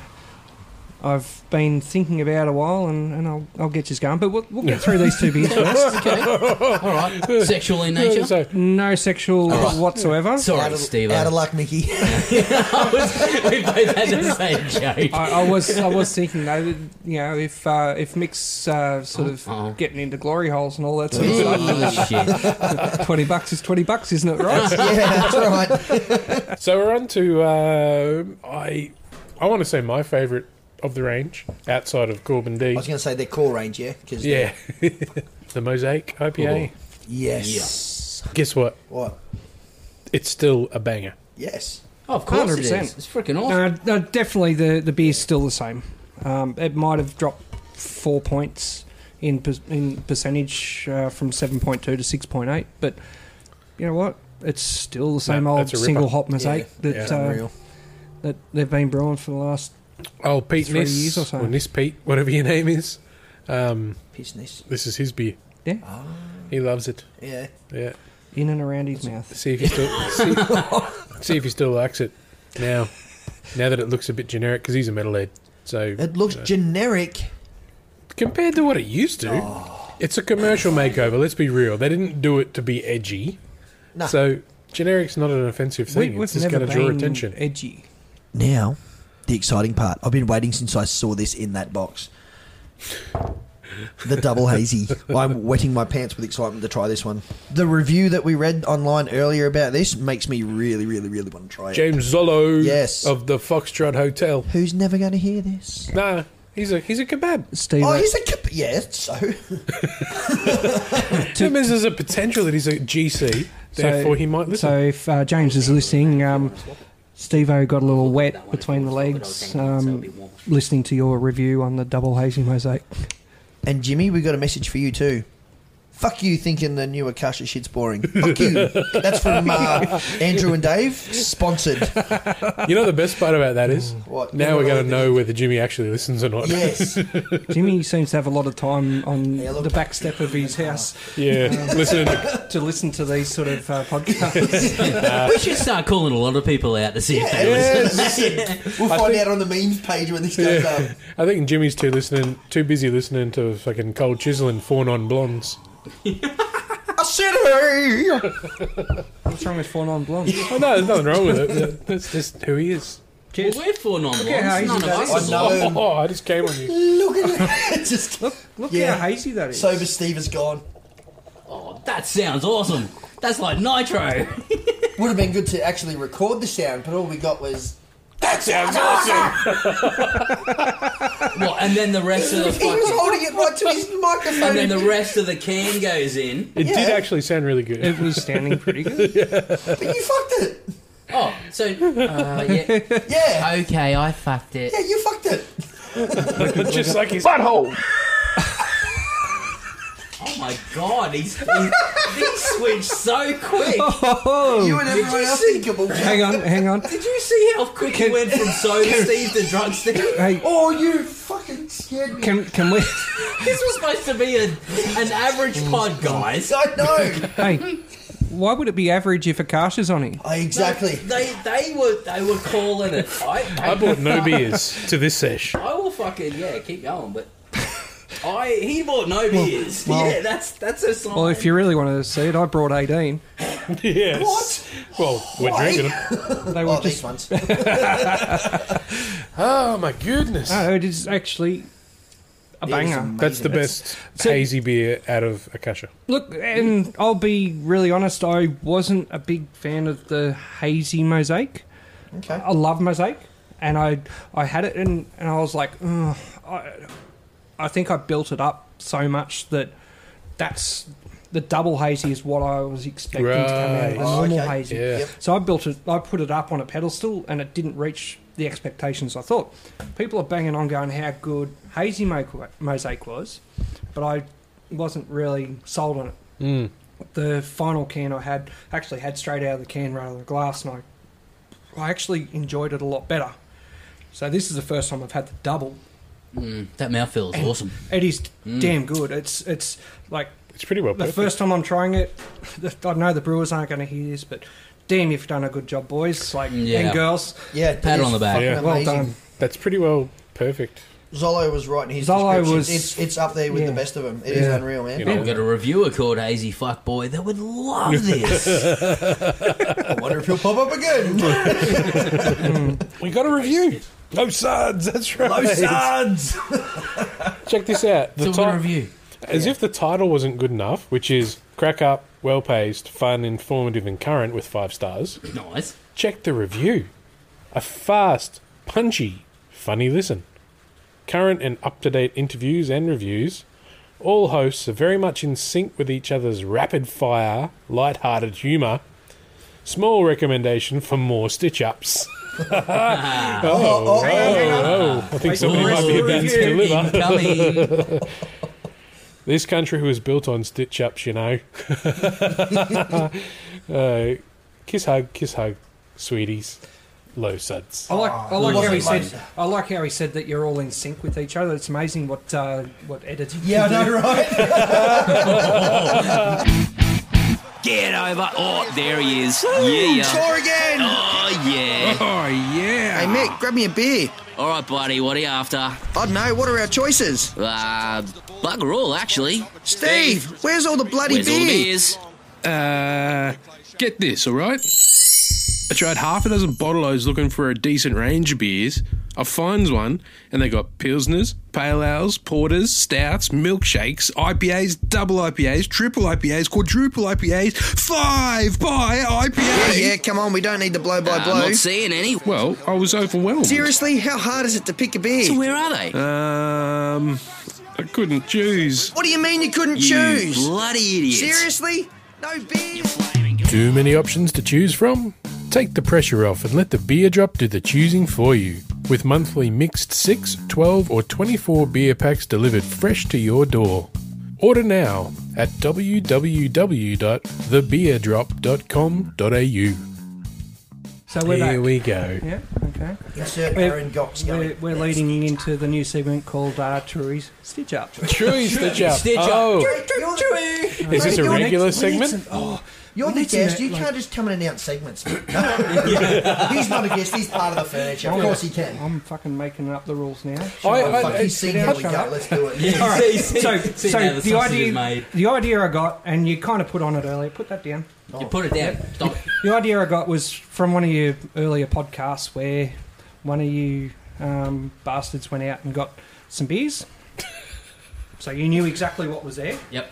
S4: I've been thinking about a while, and, and I'll, I'll get you going. But we'll, we'll get through these two beers first.
S3: All right. Sexual in nature.
S1: So,
S4: No sexual whatsoever.
S2: Out
S3: Sorry,
S2: of,
S3: Steve.
S2: out of
S3: I
S2: luck, Mickey.
S3: was- we both had the same joke.
S4: I, I was I was thinking though, that, you know, if uh, if Mick's uh, sort of
S3: Uh-oh.
S4: getting into glory holes and all that sort of stuff,
S3: Oh, shit.
S4: twenty bucks is twenty bucks, isn't it? Right?
S2: yeah, that's right.
S1: so we're on to uh, I. I want to say my favourite of the range outside of Corbin D.
S2: I was going to say they're core range, yeah? 'Cause-
S1: yeah, the Mosaic IPA.
S2: Yes.
S1: Guess what?
S2: What?
S1: It's still a banger.
S2: Yes.
S3: Oh, of course it
S4: 100%.
S3: is. It's freaking awesome.
S4: No, no, definitely the the beer's still the same. Um, it might have dropped four points in per, in percentage uh, from seven point two to six point eight, but you know what? It's still the same
S1: No,
S4: old
S1: that's a ripper.
S4: single hop mosaic that
S1: yeah.
S4: uh, that they've been brewing for the last.
S1: Oh, Pete
S4: Three
S1: Niss,
S4: years or so.
S1: or Niss Pete, whatever your name is.
S2: Piss nice.
S1: This is his beer. Ah.
S4: Yeah,
S1: He loves it.
S2: Yeah.
S1: Yeah.
S4: in and around his mouth.
S1: See if he still see, see if he still likes it now. Now that it looks a bit generic because he's a metalhead. So
S2: It looks generic.
S1: compared to what it used to,
S4: Ah.
S1: it's a commercial makeover. Let's be real. They didn't do it to be edgy.
S2: No.
S1: So generic's not an offensive thing.
S4: we've
S1: it's just going to draw attention.
S4: edgy.
S2: Now, the exciting part. I've been waiting since I saw this in that box. The double hazy. I'm wetting my pants with excitement to try this one. The review that we read online earlier about this makes me really, really, really want to try it.
S1: James Zollo
S2: Yes.
S1: of the Foxtrot Hotel.
S2: Who's never going to hear this?
S1: Nah, he's a he's a kebab.
S4: Steve,
S2: Oh, he's a cap- yeah. So
S1: That means there's a potential that he's a GC. Therefore, he might listen.
S4: So if uh, James is listening, um, Steve-O got a little wet between the legs um, listening to your review on the double hazy mosaic.
S2: and Jimmy, we got a message for you too. Fuck you, thinking the new Akasha shit's boring. Fuck you. That's from uh, Andrew and Dave. Sponsored.
S1: You know the best part about that is
S2: What?
S1: now we're going to know whether Jimmy actually listens or not.
S2: Yes.
S4: Jimmy seems to have a lot of time on
S2: Yeah, look.
S4: the back step of his house
S1: yeah, listening. To,
S4: to listen to these sort of uh, podcasts.
S3: Uh, we should start calling a lot of people out to see if they
S2: We'll find out on the memes page when this goes up.
S1: I think Jimmy's too listening, too busy listening to fucking Cold Chisel and Four Non Blondes.
S2: I said, hey.
S4: What's wrong with Four Non Blondes?
S1: Oh no, there's nothing wrong with it. That's just who he is.
S3: Well, we're four non-blondes.
S4: how
S3: None
S4: easy
S3: of
S4: that
S3: us
S4: is.
S3: are
S2: I
S3: blonde.
S2: know.
S1: Oh, I just came on you.
S2: Look at it. Just
S4: Look, look
S2: Yeah.
S4: how hazy that is.
S2: sober Steve is gone.
S3: Oh, that sounds awesome. That's like nitro.
S2: Would have been good to actually record the sound, but all we got was
S3: well, and then the rest of the
S2: he was
S3: fucking,
S2: holding it right to his microphone.
S3: and then the rest of the can goes in.
S1: It did
S2: Yeah.
S1: actually sound really good.
S4: It was standing pretty good.
S2: but you fucked it.
S3: Oh, so uh, yeah.
S2: Yeah.
S3: Okay, I fucked it.
S2: Yeah, you fucked it.
S1: just like his butthole.
S3: Oh my god, he's he, he switched so quick.
S4: Oh.
S2: Oh, You and everyone else thinkable.
S4: hang on, hang on.
S3: Did you see how quick he went from soda Steve to drug Steve?
S4: Hey,
S2: Oh, you fucking scared me.
S4: can can we?
S3: This was supposed to be a, an average
S4: Mm.
S3: pod, guys.
S2: I know.
S4: hey, why would it be average if Akasha's on it?
S2: I exactly.
S3: They they were they were calling it. I,
S1: I bought no beers to this sesh.
S3: I will fucking yeah, keep going, but I he bought no beers.
S4: well-
S3: yeah, that's that's a sign.
S4: Well, if you really wanted to see it, I brought 18.
S1: Yes.
S2: What?
S1: Well, we're
S2: Why?
S1: drinking them.
S4: They were
S2: Oh,
S4: just
S2: these ones.
S1: Oh my goodness.
S4: Oh, it is actually a banger.
S1: That's the best hazy beer out of Akasha.
S4: Look, and I'll be really honest, I wasn't a big fan of the hazy mosaic.
S2: Okay.
S4: I love mosaic, and I I had it, and and I was like, "Ugh, I, I think I built it up so much that that's the double hazy is what I was expecting to come out of the
S1: Right.
S2: Oh,
S4: normal
S2: okay.
S4: hazy.
S1: Yeah.
S2: Yep.
S4: So I built it, I put it up on a pedestal, and it didn't reach the expectations I thought. People are banging on going how good hazy Mo- mosaic was, but I wasn't really sold on it.
S1: Hmm.
S4: The final can I had actually had straight out of the can rather than the glass, and I, I actually enjoyed it a lot better. So this is the first time I've had the double.
S5: Mm,
S3: That mouthfeel is awesome.
S4: It is damn good. It's it's like
S1: It's pretty well
S4: the
S1: Mm. perfect.
S4: first time I'm trying it, I know the brewers aren't going to hear this, but damn, you've done a good job, boys, like
S3: Yeah.
S4: and girls.
S2: Yeah,
S3: Pat
S2: it
S3: on
S2: is
S3: the back.
S2: fucking
S1: Yeah.
S4: Well
S2: amazing.
S4: done.
S1: That's pretty well perfect.
S2: Zolo was right in his
S4: Zolo
S2: description.
S4: was-
S2: It's, it's up there with
S4: yeah.
S2: the best of them. It is
S4: Yeah.
S2: unreal, man.
S1: You
S3: We've got a reviewer called Hazy Fuck Boy that would love this.
S2: I wonder if he'll pop up again.
S1: We got a review. No suds. That's right.
S2: Low suds.
S1: Check this out.
S3: Still
S1: The
S3: got a
S1: ti-
S3: review.
S1: As if the title wasn't good enough, which is crack up, well paced, fun, informative, and current with five stars.
S3: Nice.
S1: Check the review. A fast, punchy, funny listen. Current and up to date interviews and reviews. All hosts are very much in sync with each other's rapid fire, light hearted humour. Small recommendation for more stitch ups. oh, oh, oh, I think somebody might be about to deliver.
S3: Incoming.
S1: This country was built on stitch ups, you know. uh, kiss hug, kiss hug, sweeties. Low suds.
S4: I like I like how
S2: wasn't
S4: he
S2: like-
S4: said I like how he said that you're all in sync with each other. It's amazing what uh, what editing.
S2: Yeah, I
S4: can do.
S2: know, right?
S5: Get over. Oh, there he is. Yeah.
S6: Score again!
S5: Oh, yeah.
S6: Hey, Mick, grab me a beer.
S5: All right, buddy. What are you after?
S6: I don't know, what are our choices?
S5: Uh, bugger all, actually.
S6: Steve, where's all the bloody
S5: Where's all the
S6: beer?
S5: beers?
S7: Uh, get this, all right? I tried half a dozen bottle-os looking for a decent range of beers. I finds one, and they got pilsners, pale ales, porters, stouts, milkshakes, IPAs, double IPAs, triple IPAs, quadruple IPAs, five by IPAs.
S6: Yeah, come on, we don't need the blow by
S3: Uh,
S5: I'm
S6: blow.
S5: not seeing any.
S7: Well, I was overwhelmed.
S6: Seriously, how hard is it to pick a
S5: So
S6: beer?
S5: where are they?
S3: Uh,
S7: Um, I couldn't choose.
S6: What do you mean you couldn't
S5: You
S6: choose?
S5: bloody idiots.
S6: Seriously? No beer?
S1: Too many options to choose from? Take the pressure off and let the beer drop do the choosing for you. With monthly mixed 6, 12, or 24 beer packs delivered fresh to your door. Order now at www.thebeerdrop.com.au.
S4: So we're
S1: Here
S4: back.
S1: we go.
S4: yeah. Okay.
S2: Insert
S4: We're-
S2: Aaron Gox
S4: We're,
S2: going.
S4: we're leading into the new segment called uh, Tourie's Stitch Up.
S1: Chewy Stitch Up.
S3: Stitch Up.
S1: Oh, is this a
S2: You're next-
S1: regular
S2: we need
S1: segment?
S2: some- oh, you're the
S4: need some
S2: guest.
S4: that,
S2: You
S4: like-
S2: can't just come and announce segments. No. he's not a guest. He's part of the furniture. Oh, Of course he can.
S4: I'm fucking making up the rules now.
S1: I, I,
S2: Fuck, he's seen how we go. Let's do it.
S4: All right.
S3: See- see-
S4: so,
S3: see
S4: so
S3: how the
S4: the,
S3: sausage
S4: idea,
S3: is made.
S4: the idea I got, and you kind of put on it earlier. Put that down.
S3: You put it down. Stop. it.
S4: The idea I got was from one of your earlier podcasts where one of you um, bastards went out and got some beers. so you knew exactly what was there,
S3: Yep.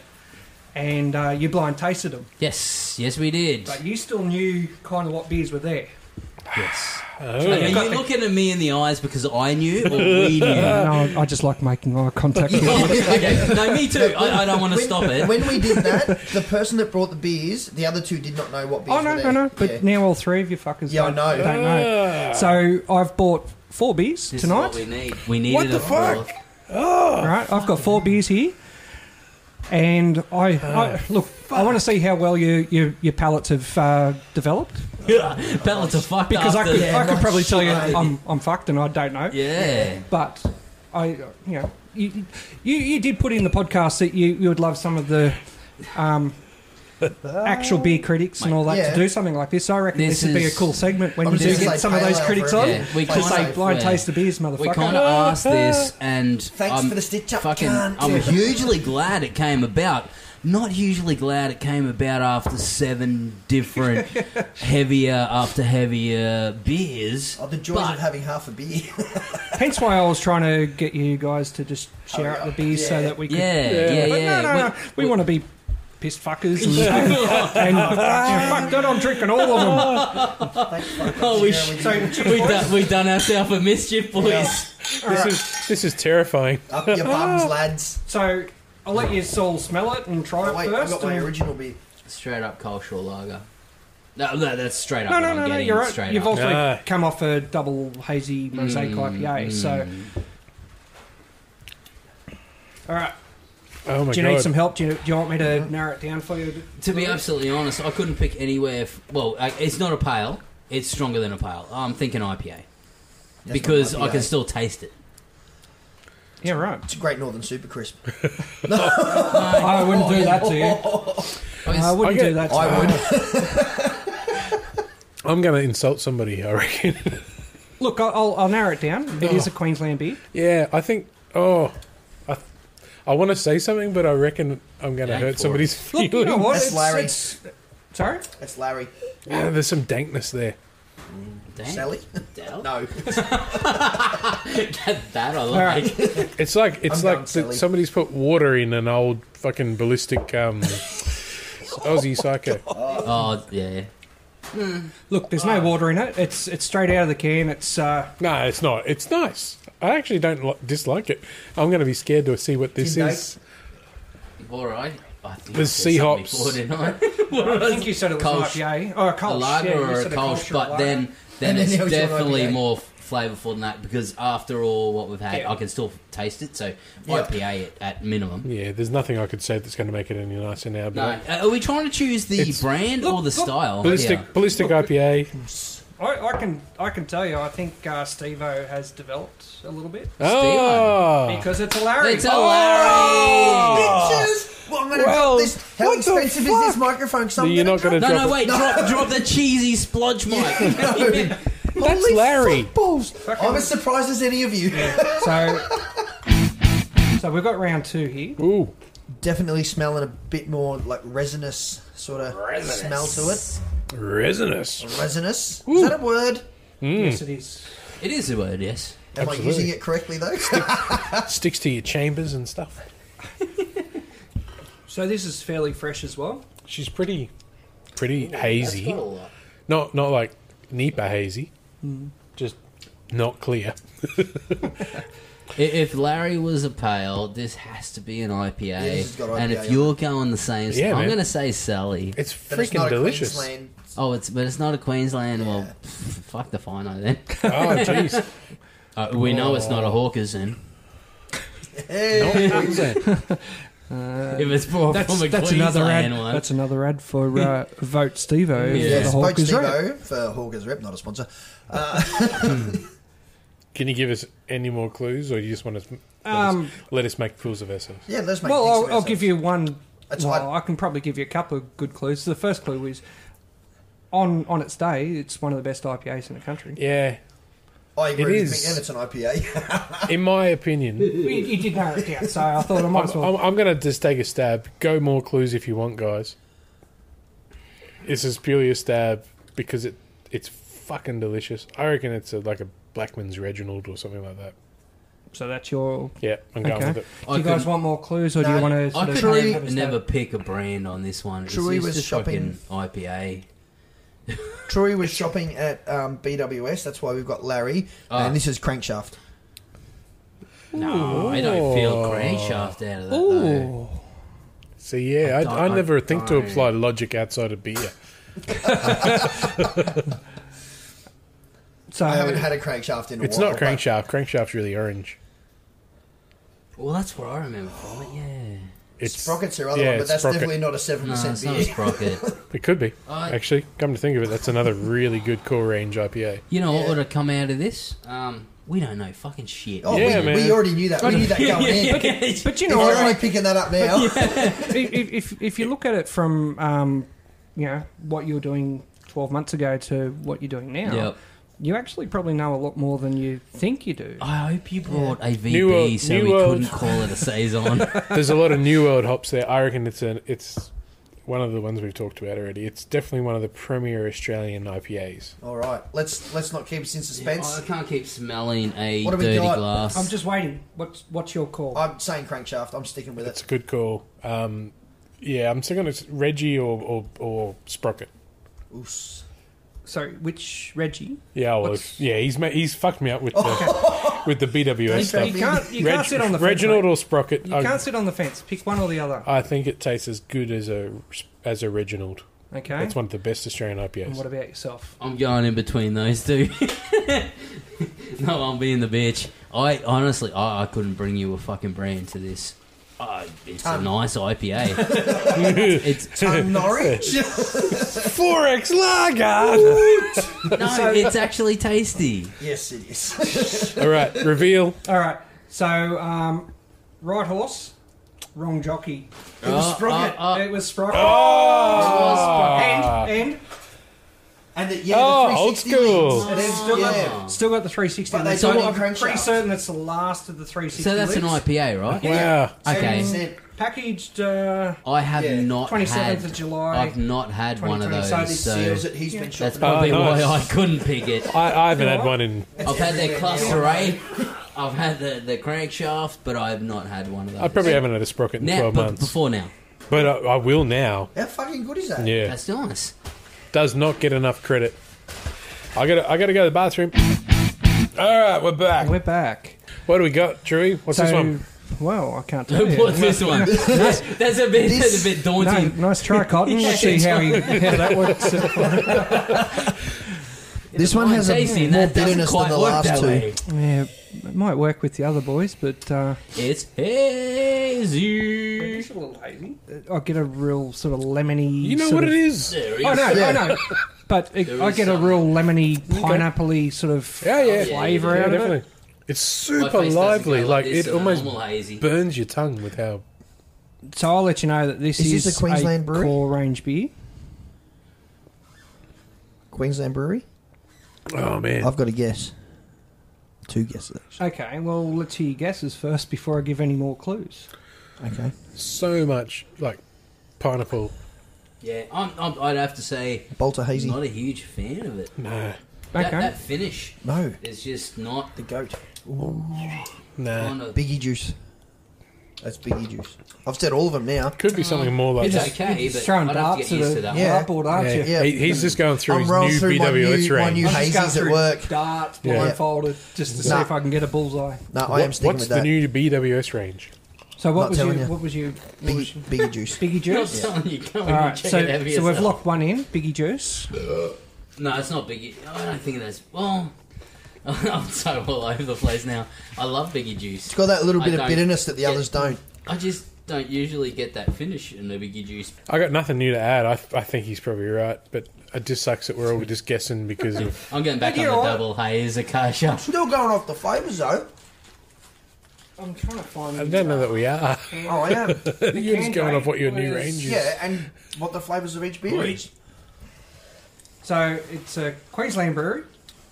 S4: and uh, you blind tasted them,
S3: Yes. Yes, we did.
S4: but you still knew kind of what beers were there.
S3: Yes.
S1: Oh.
S3: Are you
S4: got the-
S3: looking at me in the eyes because I knew or we knew?
S4: no, I just like making eye contact. with you.
S3: okay. No, me too. I, I don't want to
S2: When-
S3: stop it.
S2: When we did that, the person that brought the beers, the other two did not know what beers
S4: Oh no,
S2: were
S4: no,
S2: there.
S4: no! But
S2: Yeah.
S4: now all three of you fuckers
S2: Yeah, I
S4: don't,
S2: know.
S4: don't know. So I've bought four beers
S3: This is
S4: tonight.
S3: what we need. We needed
S1: What the
S3: a fourth.
S4: right? I've got four beers here, and I,
S3: Ah.
S4: I look. I want to see how well your your, your palates have uh, developed
S3: Pellets are fucked
S4: because I
S3: after-
S4: could
S2: Yeah,
S4: I could
S2: right.
S4: probably tell you
S2: Right.
S4: I'm I'm fucked and I don't know.
S3: Yeah.
S4: But I you know you, you you did put in the podcast that you you would love some of the. Um, actual beer critics and all that
S2: Yeah.
S4: to do something like this. I reckon
S3: This
S4: this, would be a
S3: is-
S4: cool segment when
S2: I'm
S4: you
S2: just
S4: do
S2: gonna
S4: get
S2: say
S4: some of
S2: pale
S4: those
S2: ale
S4: critics
S2: for it.
S4: on.
S3: Yeah, we
S4: to
S3: kinda-
S4: say blind
S3: yeah.
S4: taste the beers, motherfucker.
S3: We kind of asked this, and
S2: Thanks
S3: I'm
S2: for the stitch up,
S3: Fucking,
S2: cunt.
S3: I'm hugely glad it came about Not hugely glad it came about after seven different heavier after heavier beers.
S2: Oh, the joys
S3: but
S2: of having half a beer.
S4: Hence why I was trying to get you guys to just
S2: Oh,
S4: share out the beers so that we could.
S3: Yeah, yeah,
S4: But
S3: yeah.
S4: No, no, no. We, want to be pissed fuckers. And, and, yeah, fuck that, I'm drinking all of them.
S3: Oh, we sh- we done, we done ourselves a mischief, boys.
S1: This is this is terrifying.
S2: Up your bums, lads.
S4: So I'll let you all smell it and
S2: Oh,
S4: try it
S2: wait, I've
S4: first.
S2: got my
S4: and-
S2: original beer.
S3: Straight up cultural lager. No, no, that's straight up.
S4: No,
S3: what
S4: no,
S3: I'm
S4: no, no,
S3: getting,
S4: you're right.
S3: Straight
S4: You've
S3: up.
S4: also
S1: Ah.
S4: come off a double hazy
S2: Mm.
S4: mosaic IPA, so. All right.
S1: Oh my
S4: Do you
S1: god.
S4: need some help? Do you, do you want me to narrow it down for you?
S3: To be absolutely honest, I couldn't pick anywhere. F- well, I, it's not a pale. It's stronger than a pale. I'm thinking IPA
S2: That's
S3: because
S2: not my
S3: I can
S2: beer.
S3: still taste it.
S4: Yeah, right.
S2: It's a Great Northern Super Crisp.
S4: I wouldn't do that to you.
S3: I
S4: I wouldn't
S1: I get-
S4: do that to you.
S2: I would.
S1: I'm going to insult somebody. I reckon.
S4: Look, I'll- I'll, I'll narrow it down. It is a Queensland beer.
S1: yeah, I think. Oh, I I want to say something, but I reckon I'm going to
S3: Yeah,
S1: hurt
S3: for
S1: somebody's
S4: Look, you know
S1: feelings.
S4: what?
S2: That's
S4: It's,
S2: Larry.
S4: it's- sorry?
S2: That's Larry.
S1: Ah, there's some dankness there.
S3: Damn.
S2: Sally?
S3: Dell?
S2: No.
S3: Get that I like.
S1: It's like it's
S2: I'm going
S1: like that
S2: silly.
S1: somebody's put water in an old fucking ballistic um, Aussie psycho.
S3: Oh yeah.
S4: Look, there's
S2: Ah.
S4: no water in it. It's it's straight out of the can. It's uh,
S1: No, it's not. It's nice. I actually don't li- dislike it. I'm going to be scared to see what this
S2: Tim Dyke?
S1: is.
S3: All right. I think
S1: With
S3: I said
S1: sea
S3: something
S1: hops.
S3: Before, didn't I? What
S4: I
S3: was-
S4: think you said it was an
S3: Kolsch.
S4: IPA or a Oh,
S3: a
S4: Kolsch.
S3: lager
S4: yeah, you
S3: or a
S4: said
S3: Kolsch,
S4: or a
S3: but
S4: lager.
S3: then then
S2: And then
S3: it's
S2: now it's an
S3: definitely
S2: IPA.
S3: more flavourful than that because after all what we've had,
S4: Yeah.
S3: I can still taste it. So
S2: Yeah.
S3: IPA at, at minimum.
S1: Yeah, there's nothing I could say that's going to make it any nicer now.
S3: No,
S1: But
S3: uh, are we trying to choose the
S1: It's-
S3: brand or the
S4: look, look.
S3: style?
S1: ballistic
S3: here?
S1: ballistic IPA.
S4: I, I can I can tell you. I think uh, Stevo has developed a little bit
S1: Oh,
S4: because it's a Larry.
S3: Ah.
S4: Oh!
S3: It's a Larry.
S2: Bitches! Well, I'm going to
S1: Well,
S2: drop this. How
S1: what the
S2: expensive is this microphone? So I'm
S1: you're
S2: gonna
S1: not going to
S3: No,
S1: drop
S3: no,
S1: it.
S3: wait! Drop, drop the cheesy splodge mic.
S2: drop-
S1: That's
S2: Holy
S1: Larry.
S2: fuck balls. I'm as surprised as any of you.
S4: so so we've got round two here.
S1: Ooh,
S2: Definitely smelling a bit more like resinous sort of smell to it.
S1: resinous.
S2: Resinous.
S1: Ooh.
S2: Is that a word?
S3: Hmm.
S4: Yes, it is.
S3: It is a word, yes.
S2: Am
S1: Absolutely.
S2: I using it correctly though?
S1: Sticks to your chambers and stuff.
S4: So this is fairly fresh as well.
S1: She's pretty, pretty hazy. Not not like Nipa hazy. Just not clear.
S3: I- If Larry was a pale, this has to be an IPA.
S2: this has got
S3: and
S2: IPA
S3: if you're going the same,
S1: Yeah,
S3: I'm
S1: man.
S3: going to say Sally.
S1: It's
S2: But it's
S1: freaking
S2: not a
S1: delicious.
S2: Queensland-
S3: Oh, it's but it's not a Queensland. Well, pff, fuck the fino then.
S1: Oh jeez,
S3: Uh, we know it's not a Hawkers then.
S2: Hey.
S1: not Queensland.
S3: if it's more
S4: That's,
S3: from a
S4: that's another
S3: Queensland
S4: ad.
S3: one.
S4: That's another ad for uh, vote Stevo.
S3: Yeah.
S4: for
S2: Yes,
S4: the
S2: Poach
S4: Hawkers Rep.
S2: Stevo for Hawkers Rep, not a sponsor.
S1: Can you give us any more clues, or you just want to let,
S4: Um,
S1: us, let us make fools of ourselves?
S2: Yeah, let's make
S4: Well,
S2: dicks of
S4: I'll, I'll
S2: ourselves.
S4: give you one.
S2: That's
S4: well,
S2: hard.
S4: I can probably give you a couple of good clues. The first clue is on on its day, it's one of the best IPAs in the country.
S1: Yeah,
S2: I agree
S1: It
S2: with
S1: is.
S2: Mick, and it's an IPA.
S1: in my opinion,
S4: You, you did narrow it down, so I thought I might
S1: I'm,
S4: as well.
S1: I'm, I'm going to just take a stab. Go more clues if you want, guys. This is purely a stab because it it's fucking delicious. I reckon it's a, like a Blackman's Reginald or something like that.
S4: so that's your.
S1: Yeah, I'm going
S4: Okay.
S1: with
S4: Do
S1: it.
S3: I
S4: you guys
S3: could-
S4: want more clues, or do
S2: No,
S4: you want to?
S3: I
S4: Sort
S3: could
S4: of
S3: never,
S4: have a stab?
S3: never pick a brand on this one. It's,
S2: Troy
S3: it's
S2: was
S3: just
S2: shopping-
S3: fucking IPA.
S2: Troy was shopping at um, BWS. That's why we've got Larry,
S3: Ah.
S2: and this is Crankshaft.
S3: No, I don't feel crankshaft out of that. Though.
S4: Ooh.
S1: So yeah, I,
S3: don't-
S1: I,
S3: I
S1: never think to
S3: don't.
S1: apply logic outside of beer.
S4: So
S2: I haven't had a Crankshaft in a
S1: It's
S2: while.
S1: not crankshaft. Crankshaft's really orange.
S3: Well, that's what I remember from it. Yeah,
S2: but
S1: It's
S2: Sprockets are other
S1: yeah,
S2: one, but
S1: it's
S2: that's
S1: sprocket.
S2: definitely not a seven
S3: no,
S2: percent
S3: it's not
S2: beer.
S3: a sprocket.
S1: It could be
S3: I-
S1: actually. Come to think of it, that's another really good core range IPA.
S3: You know what would have come out of this? Um, we don't know fucking shit.
S2: Oh,
S1: Yeah,
S2: we,
S1: man.
S2: we already knew that. We knew that going in.
S4: but you
S2: If
S4: know,
S2: You're
S4: what,
S2: only
S4: like,
S2: picking that up now.
S4: if, if if you look at it from um, you know what you were doing twelve months ago to what you're doing now,
S3: Yep.
S4: you actually probably know a lot more than you think you do.
S3: I hope you brought a VB
S1: New world-
S3: so
S1: new
S3: we
S1: world.
S3: couldn't call it a saison.
S1: There's a lot of New World hops there. I reckon it's an, it's one of the ones we've talked about already. It's definitely one of the premier Australian IPAs.
S2: All right, let's let's not keep us in suspense.
S3: I can't keep smelling a
S2: What have we
S3: dirty
S2: got?
S3: glass.
S4: I'm just waiting. What's what's your call?
S2: I'm saying crankshaft. I'm sticking with
S1: It's
S2: it.
S1: a good call. Um, yeah, I'm still going to Reggie or, or, or Sprocket.
S2: Oos.
S4: Sorry, which Reggie?
S1: Yeah, well,
S4: What's-
S1: if, yeah, he's ma- he's fucked me up with the with the BWS
S2: Don't
S1: stuff.
S2: be-
S4: You can't you
S1: Reg-
S4: can't sit on the fence.
S1: Reginald
S4: mate.
S1: or Sprocket.
S4: You
S1: I,
S4: can't sit on the fence. Pick one or the other.
S1: I think it tastes as good as a as a Reginald.
S4: Okay.
S1: That's one of the best Australian
S4: and
S1: IPAs.
S4: what about yourself?
S3: I'm going in between those two. no, I'm being the bitch. I honestly, I, I couldn't bring you a fucking brand to this. Uh, it's a nice IPA. it's
S2: Tongue Norwich.
S1: Forex Lager.
S3: no, it's actually tasty.
S2: yes, it is.
S1: All right, reveal.
S4: All right. So, um, right horse, wrong jockey.
S3: It was
S2: Sprocket.
S4: it was Sprocket.
S1: Ah. Oh,
S4: And,
S2: And it, yeah,
S1: Oh,
S2: the
S1: old
S2: 360
S1: school.
S2: links.
S4: and it's still,
S2: Yeah.
S4: got, still got the 360.
S2: But they
S4: So
S2: don't
S4: I'm
S2: crunch
S4: pretty
S2: up.
S4: certain that's the last of the 360.
S3: so that's an
S4: lids.
S3: IPA, right?
S1: wow.
S3: Okay.
S2: 70%.
S4: Packaged. Uh,
S3: I have
S2: Yeah.
S3: not
S4: 27th
S3: had.
S4: of July,
S3: I've not had one of
S4: 2020. So
S3: those. So
S2: This seals it. He's been
S3: that's
S2: shopping.
S3: probably
S1: Oh, nice.
S3: why I couldn't pick it.
S1: I, I haven't had one in.
S3: I've had their cluster eight. I've had the, the crankshaft, but I have not had one of those.
S1: I probably haven't had a sprocket in
S3: now,
S1: 12
S3: but
S1: months.
S3: before now.
S1: But I, I will now.
S2: How fucking good is that?
S1: Yeah.
S3: That's nice.
S1: Does not get enough credit. I gotta, I gotta go to the bathroom. All right, we're back.
S4: we're back.
S1: What do we got, Drewy? What's
S4: So,
S1: this one?
S4: well, I can't tell you.
S3: What's this one? That's, that's a bit, that's a bit
S4: No,
S3: daunting.
S4: nice try, Cotton. Let's see how, he, how that works.
S2: This one
S3: Mine
S2: has a
S3: tasting,
S2: more
S3: that doesn't
S2: bitterness than
S3: quite
S2: the
S3: work that
S2: last two.
S3: way.
S4: yeah, it might work with the other boys, but uh,
S3: It's hazy.
S4: I get a real sort of lemony.
S1: You know
S4: sort
S1: what
S4: of-
S1: it is.
S3: There
S4: I
S3: is-
S4: know,
S2: Yeah.
S4: I know. But it,
S3: There
S4: I
S3: is
S4: get a
S3: some-
S4: real lemony, pineappley sort of
S1: Yeah, yeah.
S4: flavour
S1: Yeah,
S4: out of it.
S1: definitely. It's
S3: My
S1: super
S3: face doesn't go
S1: lively. Like,
S3: this
S1: it
S3: in a
S1: almost
S3: normal hazy.
S1: burns your tongue with how.
S4: So I'll let you know that this
S2: Is
S4: is,
S2: this a Queensland brewery?
S4: core range beer.
S2: Queensland Brewery.
S1: Oh man.
S2: I've got a guess. Two guesses. actually.
S4: Okay, well, let's hear your guesses first before I give any more clues.
S2: Okay.
S1: so much like pineapple.
S3: Yeah, I'm, I'm, I'd have to say,
S2: Bolter hazy.
S3: not a huge fan of it.
S1: Nah,
S4: Okay.
S3: That, that finish
S2: No.
S3: is just not
S2: The goat.
S1: nah.
S3: kind of.
S2: Biggie juice. That's Biggie juice. I've said all of them now.
S1: Could be something more like
S3: It's
S1: that.
S3: okay,
S4: You're just
S3: but
S4: throwing
S3: I'd have to
S4: darts
S3: get
S4: at
S3: used
S4: a
S3: to that.
S2: Yeah.
S4: dartboard, aren't
S1: Yeah.
S4: you?
S2: Yeah.
S1: He, he's just going through
S2: I'm
S1: his
S2: rolling
S1: new
S2: through my
S1: BWS
S2: new- my
S1: range.
S2: new-
S4: I'm just going
S2: Hazes at
S4: through
S2: work.
S4: Darts
S1: Yeah.
S4: blindfolded just to see
S2: Nah.
S4: if I can get a bullseye.
S2: No, I
S1: What-
S2: am sticking
S1: what's
S2: with
S1: the
S2: that.
S1: new BWS range?
S4: So
S2: Not
S4: what was, your,
S2: telling you.
S4: what was your what was
S2: Biggie,
S4: your
S2: Biggie juice.
S4: Biggie
S3: I'm not
S4: Juice?
S3: telling you, go
S4: All
S3: and
S4: right,
S3: check
S4: so,
S3: it out for
S4: so we've
S3: yourself.
S4: locked one in, Biggie Juice.
S3: No, it's not Biggie. I don't think that's. Well, I'm so all over the place now. I love Biggie Juice.
S2: It's got that little
S3: I
S2: bit of
S3: don't-
S2: bitterness that the
S3: yeah.
S2: others don't.
S3: I just don't usually get that finish in the Biggie Juice.
S1: I got nothing new to add. I, I think he's probably right, but it just sucks that we're all just guessing because of.
S3: I'm going back on
S4: Hey,
S3: the
S4: you're right.
S3: double haze Akasha.
S2: Still going off the flavours though.
S4: I'm trying to find.
S1: I don't know that we are.
S2: Oh, I am.
S1: You're just going off what your new
S4: was-
S1: range is.
S2: yeah, and what the flavours of each beer is.
S4: So it's a Queensland brewery.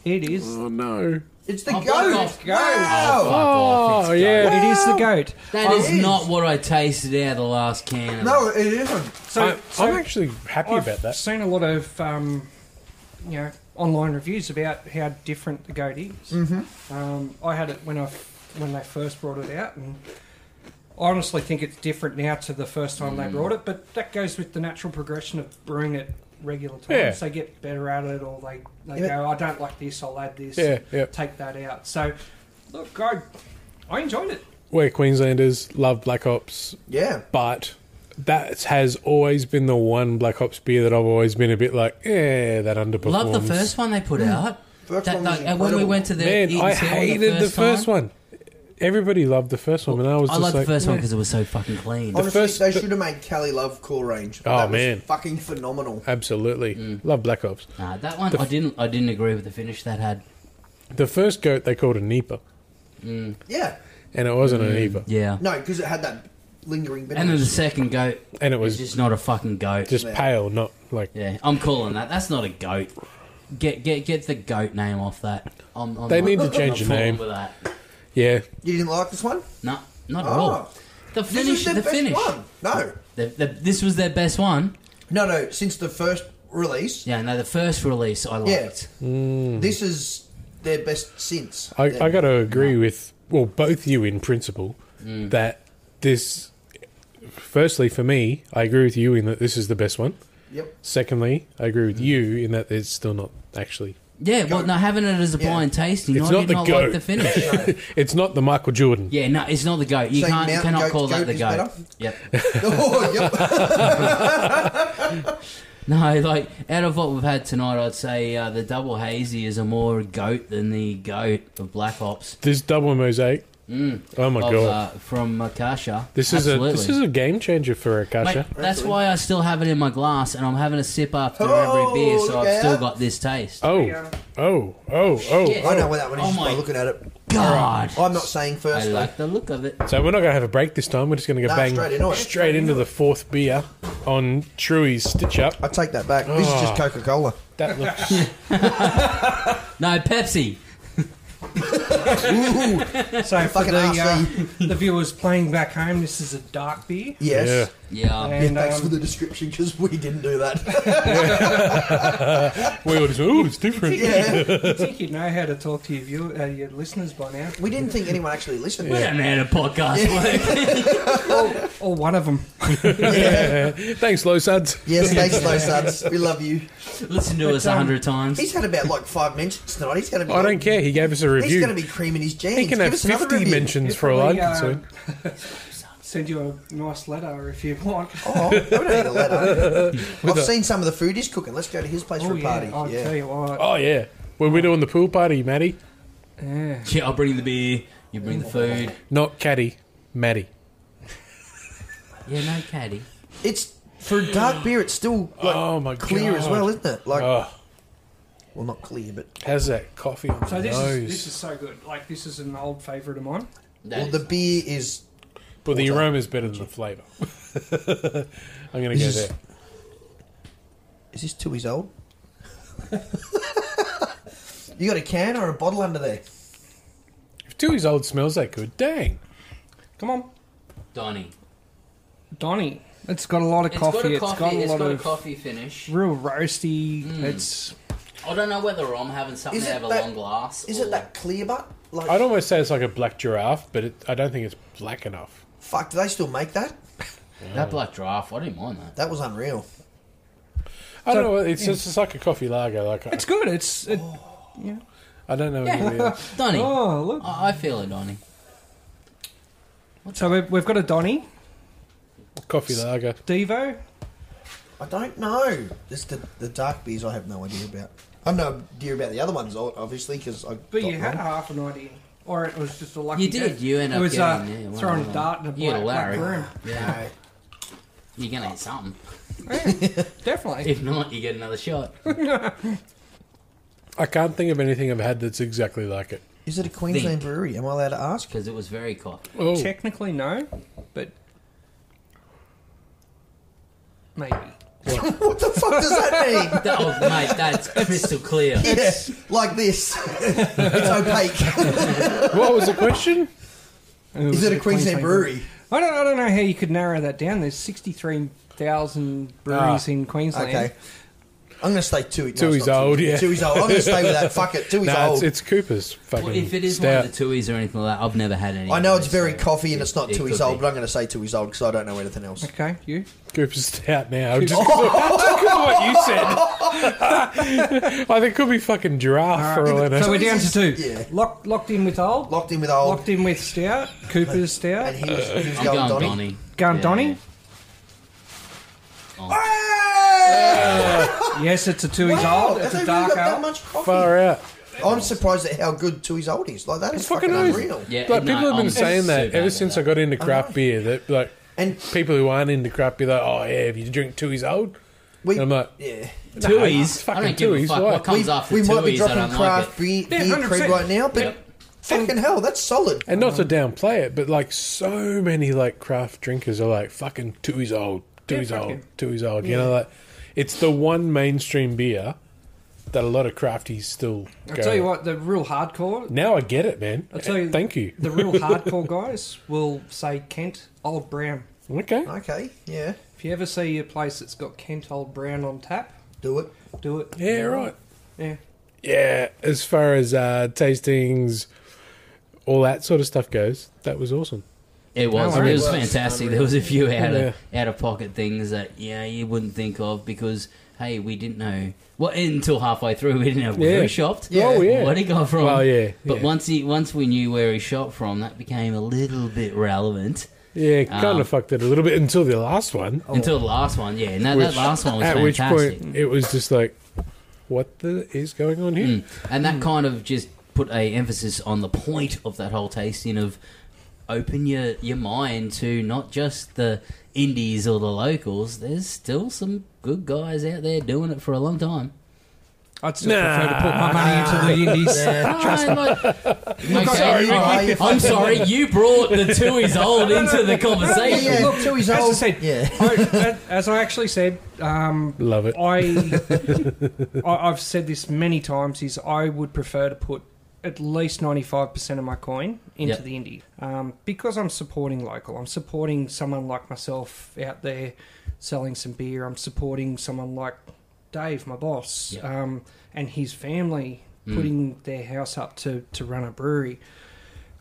S4: It is.
S1: Oh no!
S2: It's the
S3: Oh, fuck
S2: goat.
S3: off,
S2: Wow.
S3: Oh,
S1: Oh yeah.
S4: It is the goat.
S3: That is
S2: it is.
S3: not what I tasted out of the last can.
S2: No, it isn't.
S4: So,
S1: I,
S4: so
S1: I'm actually happy
S4: I've
S1: about that.
S4: seen a lot of um, you know online reviews about how different the goat is. Mm-hmm. Um, I had it when I f- when they first brought it out, and I honestly think it's different now to the first time
S1: Mm.
S4: they brought it. But that goes with the natural progression of brewing it regular times.
S1: Yeah.
S4: They get better at it, or they they
S2: Yeah.
S4: go, I don't like this, I'll add this,
S1: Yeah, yeah.
S4: take that out. So look, I I enjoyed it.
S1: We're Queenslanders, love Black Ops,
S2: Yeah.
S1: but that has always been the one Black Ops beer that I've always been a bit like, eh, that underperforms.
S3: Love the first one they put out.
S2: First
S3: That-
S2: one
S3: like,
S2: was
S3: and when we
S2: incredible.
S3: went to the
S1: Man,
S3: Eaton's
S1: I
S3: Hill
S1: hated the first,
S3: time,
S1: one. Everybody loved the first one, and I was
S3: I
S1: just
S3: liked
S1: like,
S3: the first one
S1: "Meh."
S3: because it was so fucking clean.
S2: Honestly,
S1: first-
S2: they
S1: the-
S2: should have made Cali Love Core Range.
S1: Oh,
S2: that was
S1: man.
S2: fucking phenomenal.
S1: Absolutely,
S3: Mm.
S1: love Black Ops.
S3: Nah, that one I didn't. I didn't agree with the finish that had.
S1: The first goat they called a Nipa,
S2: Yeah.
S1: and it wasn't a Nipa,
S3: Mm. Yeah,
S2: No, because it had that lingering bit.
S3: and then the second goat
S1: and it
S3: was
S1: was
S3: just not a fucking goat.
S1: just pale, not like
S3: yeah, I'm calling that. That's not a goat. Get get get the goat name off that. I'm, I'm
S1: They
S3: not-
S1: need to change
S3: I'm
S1: the
S3: not fooling
S1: name.
S3: With that.
S1: Yeah.
S2: You didn't like this one?
S3: No, not at
S2: Oh.
S3: all. The
S2: This
S3: finish.
S2: is their
S3: The
S2: best
S3: finish.
S2: one. No,
S3: The, the, this was their best one.
S2: no, no. Since the first release,
S3: Yeah, no, the first release I
S2: Yeah.
S3: liked.
S2: this is their best since.
S1: I,
S2: then.
S1: I got to agree with well both you in principle
S3: Mm.
S1: that this. Firstly, for me, I agree with you in that this is the best one.
S2: Yep.
S1: Secondly, I agree with you in that it's still not actually.
S3: Yeah, well, no, having it as a
S2: Yeah.
S3: blind tasting,
S1: It's
S3: I
S1: not
S3: did
S1: the
S3: not like
S1: goat.
S3: the finish.
S1: It's not the Michael Jordan.
S3: yeah, no, it's not the goat. You
S2: Saying
S3: can't
S2: mountain
S3: cannot
S2: goat-
S3: call that
S2: goat
S3: the
S2: is
S3: goat.
S2: better?
S3: Yep.
S2: oh, yep.
S3: No, like out of what we've had tonight, I'd say uh, the double hazy is a more goat than the goat of Black Ops.
S1: This double mosaic. Oh my
S3: of,
S1: god!
S3: uh, from Makasha.
S1: this is a this is a game changer for
S3: Mate,
S1: Akasha.
S3: that's why I still have it in my glass, and I'm having a sip after
S2: Oh,
S3: every beer, so
S2: look
S3: I've still
S2: out.
S3: got this taste.
S1: Oh, oh, oh, oh,
S3: Shit.
S2: I know where that one is
S3: Oh
S2: just by
S3: my
S2: looking at it.
S3: God,
S2: I'm not saying
S3: I
S2: first. though.
S3: like the look of it.
S1: So we're not going to have a break this time. We're just going to go
S2: No,
S1: bang
S2: straight into it.
S1: straight into the fourth beer on Truey's stitch up.
S2: I take that back. This is just
S1: Ah.
S2: Coca Cola.
S1: That looks
S3: No, Pepsi.
S4: So for
S2: Fucking
S4: the, uh,
S2: RC.
S1: eh?
S4: the viewers playing back home, this is a dark beer.
S2: Yes.
S1: yeah.
S3: Yeah,
S2: Yeah,
S4: And,
S2: thanks
S4: um,
S2: for the description because we didn't do that.
S1: We were just oh, it's different.
S2: yeah.
S4: I think you know how to talk to your view, uh, your listeners by now,
S2: We didn't think anyone actually listened.
S3: we don't know how to podcast work.
S4: or one of them.
S1: Thanks, low suds.
S2: Yes, thanks, Low Suds. We love you.
S3: Listen to us a hundred times.
S2: He's had about like five mentions tonight. He's going to be.
S1: I don't care. He gave us a
S2: He's
S1: review.
S2: going to be creaming his jams.
S1: He can
S2: Give
S1: have
S2: us another
S1: 50
S2: review.
S1: mentions for all I'm
S4: Probably, uh,
S1: concerned.
S4: Send you a nice letter if you want.
S2: Oh, I don't need a letter. I've seen some of the food he's cooking. Let's go to his place for
S4: Oh,
S2: a
S4: yeah,
S2: party.
S4: I'll
S2: yeah.
S4: tell you what.
S1: Oh, yeah. When we're doing the pool party, Maddie.
S4: Yeah.
S3: Yeah, I'll bring the beer. You bring the food.
S1: Not Caddy, Maddie.
S3: Yeah, no, Caddy.
S2: It's for dark beer. It's still like
S1: Oh, my
S2: clear as
S1: God.
S2: well, isn't it? Like,
S1: Oh,
S2: well, not clear, but
S1: how's that coffee on
S4: So
S1: the
S4: this
S1: nose?
S4: is this is so good. Like this is an old favourite of mine.
S2: well, the beer is.
S1: but the aroma is better than the flavour. I'm going to go
S2: This is-
S1: there.
S2: Is this two years old? you got a can or a bottle under there?
S1: If Tui's old smells that good, dang.
S4: Come on,
S3: Donny.
S4: Donny. It's got a lot of coffee.
S3: It's got a
S4: It's got
S3: coffee.
S4: a
S3: It's
S4: lot
S3: got a
S4: of
S3: coffee finish.
S4: real roasty. It's
S3: I don't know whether I'm having something
S2: Is it
S3: out of a
S2: that-
S3: long glass.
S2: Is
S3: or-
S2: it that clear butt? Like,
S1: I'd almost say it's like a black giraffe, but it, I don't think it's black enough.
S2: fuck, do they still make that?
S3: That black draft, I didn't mind that.
S2: That was unreal.
S1: I don't know. It's just it's like a coffee lager. Like I,
S4: it's good. It's it,
S1: I don't know.
S3: Yeah.
S1: what it is.
S3: Donny.
S4: oh look.
S3: I I feel it, Donny.
S4: So we've, we've got a Donny
S1: Coffee lager.
S4: Devo.
S2: I don't know. This the the dark beers. I have no idea about. I've no idea about the other ones, o- obviously, because I.
S4: But
S2: got
S4: you had
S2: one.
S4: half an idea, or it was just a lucky.
S3: You did.
S4: guess.
S3: You end
S4: it
S3: up
S4: was
S3: getting
S4: uh,
S3: yeah, one
S4: throwing
S3: of
S4: a
S3: them.
S4: dart in a
S3: You
S4: black,
S3: had a
S4: black
S3: Larry.
S4: room.
S3: Yeah. You're gonna eat something.
S4: Definitely.
S3: If not, you get another shot.
S1: I can't think of anything I've had that's exactly like it.
S2: Is it a
S3: Think.
S2: Queensland brewery? Am I allowed to ask?
S3: Because it was very coffee.
S1: Oh,
S4: Technically no, but maybe.
S2: What the fuck does that mean?
S3: That, oh, mate, that's crystal clear.
S2: yeah, like this. it's opaque.
S1: Oh, what was the question?
S2: Is it a Queensland brewery?
S4: I don't. I don't know how you could narrow that down. There's sixty-three thousand breweries
S1: Ah,
S4: in Queensland.
S2: Okay. I'm gonna stay two. No,
S1: Two
S2: it's
S1: is
S2: not
S1: old,
S2: two.
S1: yeah.
S2: Two is old. I'm gonna stay with that. Fuck it. Two is
S1: Nah, it's,
S2: old.
S1: it's Cooper's fucking.
S3: Well, if it is
S1: stout.
S3: one of the twoies or anything like that, I've never had any.
S2: I know
S3: of
S2: it's
S3: those,
S2: very
S3: so
S2: coffee and it's not
S3: it
S2: two
S3: could
S2: is old,
S3: be.
S2: but I'm gonna say two is old because I don't know anything else.
S4: Okay, you.
S1: Cooper's stout now. Just because of, just 'cause of what you said. I think it could be fucking giraffe for all I know.
S4: So we're
S2: this
S4: down to
S2: is-
S4: two.
S2: yeah.
S4: Locked, locked in with old.
S2: Locked in with old,
S4: Locked in with stout. Cooper's
S2: and
S4: stout.
S2: he was, he was
S3: I'm
S2: going,
S3: going
S2: Donny.
S3: Donny.
S4: Going
S3: Yeah.
S4: Donny.
S3: Oh.
S4: Yes, it's a two years
S2: Wow,
S4: old.
S2: have
S4: It's a
S2: they
S4: dark
S2: really got that
S4: ale.
S2: much coffee?
S1: Far out.
S2: I'm surprised at how good two is old is. Like that is
S1: fucking
S2: fucking,
S1: amazing.
S2: unreal.
S3: Yeah,
S1: like
S3: no,
S1: people have been
S3: I'm
S1: saying
S3: so
S1: that
S3: bad
S1: ever
S3: at
S1: since
S3: that.
S1: I got into craft beer. That like
S2: And
S1: people who aren't into craft beer, like, oh yeah, if you drink Tui's old,
S2: we,
S1: And I'm like-
S2: yeah,
S1: it's
S3: Twoies. I
S1: fucking
S3: don't give a
S1: twoies,
S3: fuck
S1: why?
S3: what comes
S2: we,
S3: after
S2: we might be
S3: twoies. I
S2: dropping
S3: don't like
S2: craft
S3: it.
S2: beer,
S4: Yeah,
S2: beer creed
S4: 100%.
S2: right now, but
S3: Yep.
S2: fucking hell, that's solid.
S1: and not to downplay it, but like so many like craft drinkers are like fucking Tui's old, Tui's
S4: fuck
S1: old,
S4: it.
S1: Tui's old. You know, like it's the one mainstream beer that a lot of crafties still.
S4: I'll
S1: go-
S4: tell you what, the real hardcore,
S1: Now I get it, man.
S4: I'll tell you-
S1: Thank you.
S4: the real hardcore guys will say Kent Old Brown.
S1: Okay.
S2: Okay, yeah.
S4: If you ever see a place that's got Kent Old Brown on tap,
S2: Do it.
S4: do it.
S1: Yeah. Right.
S4: Yeah.
S1: Yeah. As far as uh, tastings, all that sort of stuff goes, that was awesome.
S3: It was.
S4: No
S3: it
S4: worries.
S3: was fantastic. There was a few out of out of pocket things that yeah you wouldn't think of because hey we didn't know well until halfway through we didn't know where
S1: Yeah.
S3: he shopped.
S2: Yeah. Oh,
S1: yeah.
S3: Where he got from.
S1: Well, yeah,
S3: But
S1: yeah.
S3: once he once we knew where he shot from, that became a little bit relevant.
S1: Yeah, kind
S3: Um,
S1: of fucked it a little bit until the last one.
S3: Until the last one, yeah. And that, that last one was
S1: Oh. at
S3: fantastic.
S1: which point it was just like, what the is going on here?
S3: And that kind of just put a emphasis on the point of that whole tasting of open your, your mind to not just the indies or the locals. There's still some good guys out there doing it for a long time.
S4: I'd still prefer to put my money into the Indies.
S3: I'm like- okay,
S2: sorry, Ricky.
S3: all right. I'm sorry, you brought the two is old into the conversation.
S2: Yeah, look, to his
S4: As I
S2: old.
S4: said,
S2: yeah.
S4: I, as I actually said, um,
S1: Love it.
S4: I, I I've said this many times is I would prefer to put at least 95% of my coin into
S3: Yep.
S4: the indie um, because I'm supporting local. I'm supporting someone like myself out there selling some beer. I'm supporting someone like Dave, my boss,
S3: Yep.
S4: um, and his family putting their house up to, to run a brewery.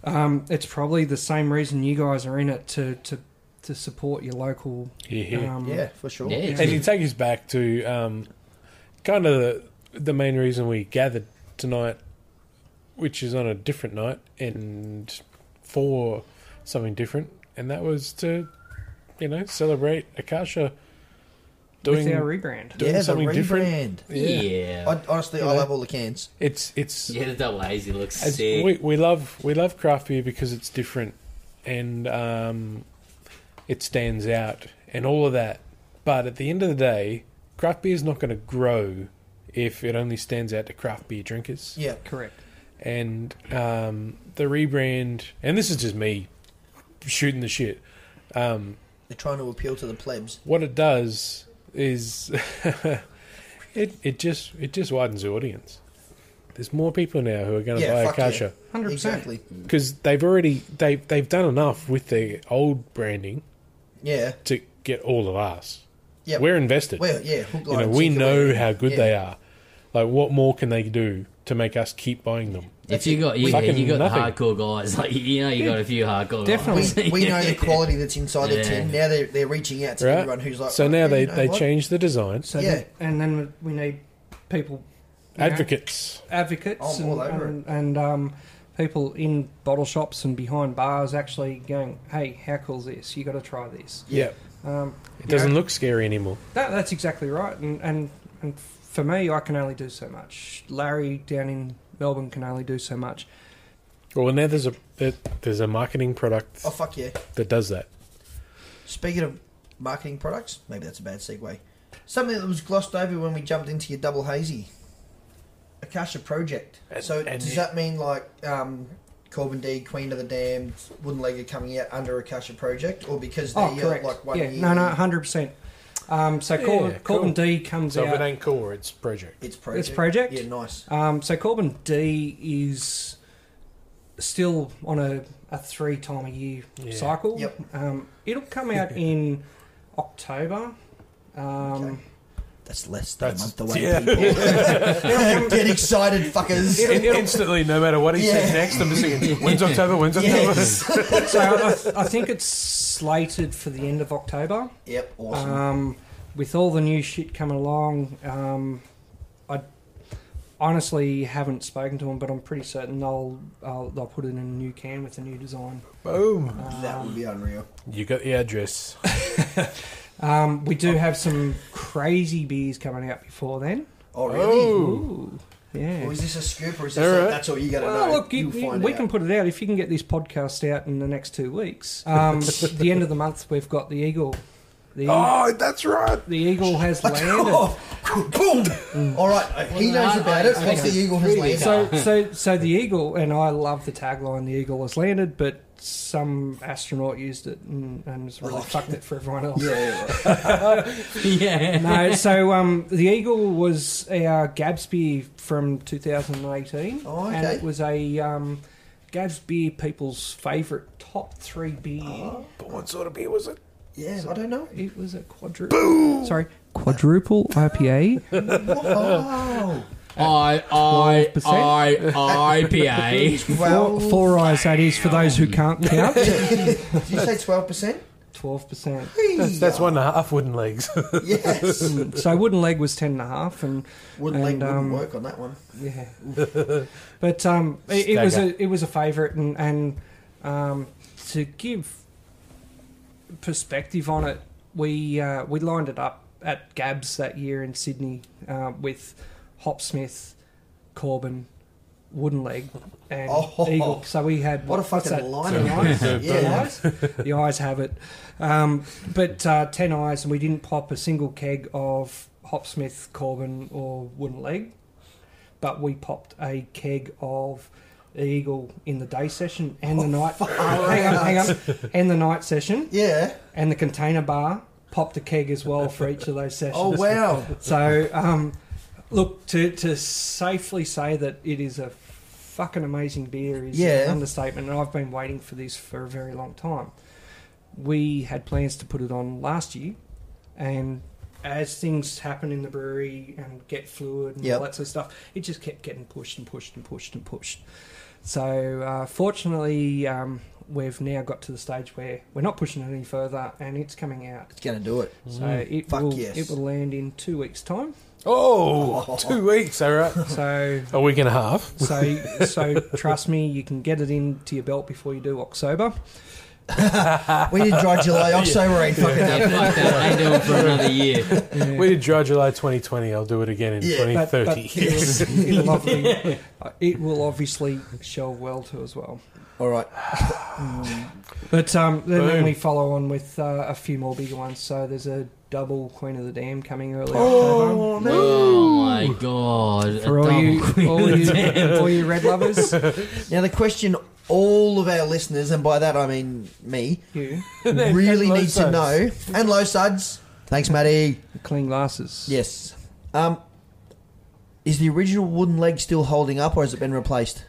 S4: Um, it's probably the same reason you guys are in it to, to, to support your local
S1: Yeah, yeah.
S4: um,
S2: Yeah, for sure.
S3: Yeah,
S1: And you take us back to um, kind of the, the main reason we gathered tonight, which is on a different night and for something different, and that was to, you know, celebrate Akasha doing
S4: with our rebrand.
S1: doing
S2: yeah, the
S1: something
S2: rebrand.
S1: different.
S3: yeah.
S2: I, honestly, I love all the cans.
S1: It's it's
S3: Yeah, the double Hazy looks
S1: As-
S3: sick.
S1: we, we love we love craft beer because it's different and um, it stands out and all of that. But at the end of the day, craft beer is not going to grow if it only stands out to craft beer drinkers.
S2: Yeah.
S4: Correct.
S1: And um, the rebrand, and this is just me shooting the shit. Um,
S2: They're trying to appeal to the plebs.
S1: what it does is it it just it just widens the audience. There's more people now who are going to
S2: Yeah,
S1: buy
S2: fuck
S1: Akasha
S2: yeah.
S4: 100%.
S2: Exactly.
S1: because they've already they they've done enough with their old branding
S2: Yeah.
S1: to get all of us.
S2: Yeah.
S1: We're invested.
S2: Well, yeah. Hook,
S1: you
S2: line,
S1: know,
S2: and
S1: we
S2: sinker,
S1: know
S2: we're-
S1: how good
S2: yeah.
S1: they are. Like, what more can they do to make us keep buying them?
S3: If you got you,
S1: Fucking
S3: you got the
S1: nothing.
S3: hardcore guys, like you know, you got a few hardcore
S4: Definitely.
S3: guys.
S2: We, we know the quality that's inside the
S3: Yeah.
S2: tin. Now they're, they're reaching out to
S1: Right.
S2: everyone who's like.
S1: so
S2: "Oh,
S1: now
S2: yeah,
S1: they
S2: you know
S1: they
S2: what?
S1: change the design.
S4: So
S2: Yeah.
S4: yeah. and then we need people, you know,
S1: Advocates.
S4: advocates,
S2: I'm
S4: and,
S2: all over
S4: and, and, um, people in bottle shops and behind bars actually going, "Hey, how cool's this? You got to try this."
S1: Yeah.
S4: Um,
S1: It doesn't look scary anymore.
S4: that, that's exactly right. And, and and for me, I can only do so much. Larry down in Melbourne can only do so much.
S1: Well, now there's a there- there's a marketing product
S2: Oh fuck yeah!
S1: that does that.
S2: Speaking of marketing products, maybe that's a bad segue. Something that was glossed over when we jumped into your double hazy, Akasha Project. so
S1: and
S2: does
S1: you-
S2: that mean like um, Corbin D, Queen of the Damned, Wooden Leg are coming out under Akasha Project, or because they're uh,
S4: Oh, correct.
S2: like one
S4: yeah,
S2: year?
S4: no, no, hundred percent. Um, so Corbin,
S1: cool.
S4: Corbin D comes
S1: So
S4: out.
S1: if it ain't core, it's project.
S2: It's project.
S4: project?
S2: Yeah, nice.
S4: Um, so Corbin D is still on a, a three time a year
S1: Yeah.
S4: cycle.
S2: Yep.
S4: Um, it'll come out in October. Um,
S2: That's less than
S1: That's-
S2: a month away. People. Get excited, fuckers!
S1: instantly, no matter what he
S2: Yeah.
S1: says next, I'm just thinking, when's October? When's
S2: Yes.
S4: so I, I think it's slated for the end of October.
S2: yep. Awesome.
S4: Um, with all the new shit coming along, um, I honestly haven't spoken to them, but I'm pretty certain they'll uh, theyll put it in a new can with a new design.
S1: Boom.
S4: Uh,
S2: that would be unreal.
S1: You got the address.
S4: Um, we do have some crazy beers coming out before then.
S2: Oh really?
S4: Ooh, yeah.
S2: Or is this a scoop, or is this
S1: All
S2: like,
S1: right.
S2: that's all you got to
S4: Well,
S2: know?
S4: look, you,
S2: You'll
S4: you-
S2: find
S4: we
S2: out.
S4: can put it out if you can get this podcast out in the next two weeks. Um, the end of the month, we've got the eagle. The,
S1: Oh, that's right.
S4: the eagle has landed.
S2: Oh, boom! All right, uh, he knows
S3: I-
S2: about
S3: I-
S2: it.
S3: I
S2: Once the
S3: think
S2: eagle has
S3: really
S2: landed,
S4: So, so, so the eagle, and I love the tagline. The eagle has landed, but some astronaut used it and, and it's
S2: Oh.
S4: really fucked it for everyone else.
S3: yeah.
S4: No, so um, the Eagle was our Gadsby from 2018,
S2: Oh, okay.
S4: and it was a um, Gabs beer people's favourite top three beer.
S1: But what sort of beer was it?
S2: Yeah, I don't know.
S4: It was a quadruple. Sorry, quadruple IPA.
S2: Oh,
S3: I I
S4: 12%.
S3: I IPA.
S4: Four,
S2: well,
S4: four eyes, that is, for those who can't count.
S2: did you say twelve percent?
S4: 12%.
S1: That's, that's one and a half wooden legs.
S2: Yes.
S4: So Wooden Leg was 10.5, and
S2: Wouldn't
S4: And,
S2: leg wouldn't
S4: um,
S2: work on that one.
S4: Yeah, but um, it, it was
S1: Stagger.
S4: a it was a favourite, and and um, to give perspective on it, we uh, we lined it up at Gabs that year in Sydney uh, with Hopsmith, Corbin, Wooden Leg, and
S2: Oh.
S4: Eagle. So we had
S2: What a
S4: what's
S2: fucking
S4: that,
S2: line
S4: ten
S2: of
S4: eyes?
S2: eyes.
S4: Ten
S2: Yeah.
S4: eyes? the eyes have it. Um, but uh, ten eyes, and we didn't pop a single keg of Hopsmith, Corbin, or Wooden Leg but we popped a keg of Eagle in the day session and the
S2: Oh,
S4: night. hang on, hang on. And the night session
S2: Yeah.
S4: and the container bar popped a keg as well for each of those sessions.
S2: Oh wow.
S4: So, um, look to to safely say that it is a fucking amazing beer is
S2: Yeah.
S4: an understatement, and I've been waiting for this for a very long time. We had plans to put it on last year, and as things happen in the brewery and get fluid and
S2: Yep.
S4: all that sort of stuff, it just kept getting pushed and pushed and pushed and pushed. So, uh, fortunately, um, we've now got to the stage where we're not pushing it any further, and it's coming out.
S2: It's gonna do it.
S4: So
S3: Mm.
S4: it
S2: Fuck
S4: will
S2: yes.
S4: it will land in two weeks' time.
S1: Oh, two weeks, all right.
S4: So
S1: A week and a half.
S4: so so trust me, you can get it into your belt before you do October.
S2: We did dry July. I'm so worried. Fucking
S3: Yeah, fuck that. I ain't doing it for another year.
S1: We did dry July 2020. I'll do it again in
S2: Yeah,
S4: But, but
S1: 2030.
S4: it'll, it'll obviously, uh, it will obviously sell well too as well.
S2: All right.
S4: But um, then, then
S1: Boom.
S4: we follow on with uh, a few more bigger ones. So there's a double Queen of the Dam coming early October.
S2: Oh,
S3: Oh my god.
S4: For
S3: A
S4: all
S3: double
S4: you,
S3: queen
S4: all
S3: of the
S4: you,
S3: damn.
S4: all you red lovers,
S2: Now the question all of our listeners, and by that I mean me,
S4: you
S2: really
S1: and low
S2: need to
S1: suds.
S2: know. And low suds. Thanks, Maddie.
S4: clean glasses.
S2: Yes. Um, is the original wooden leg still holding up, or has it been replaced?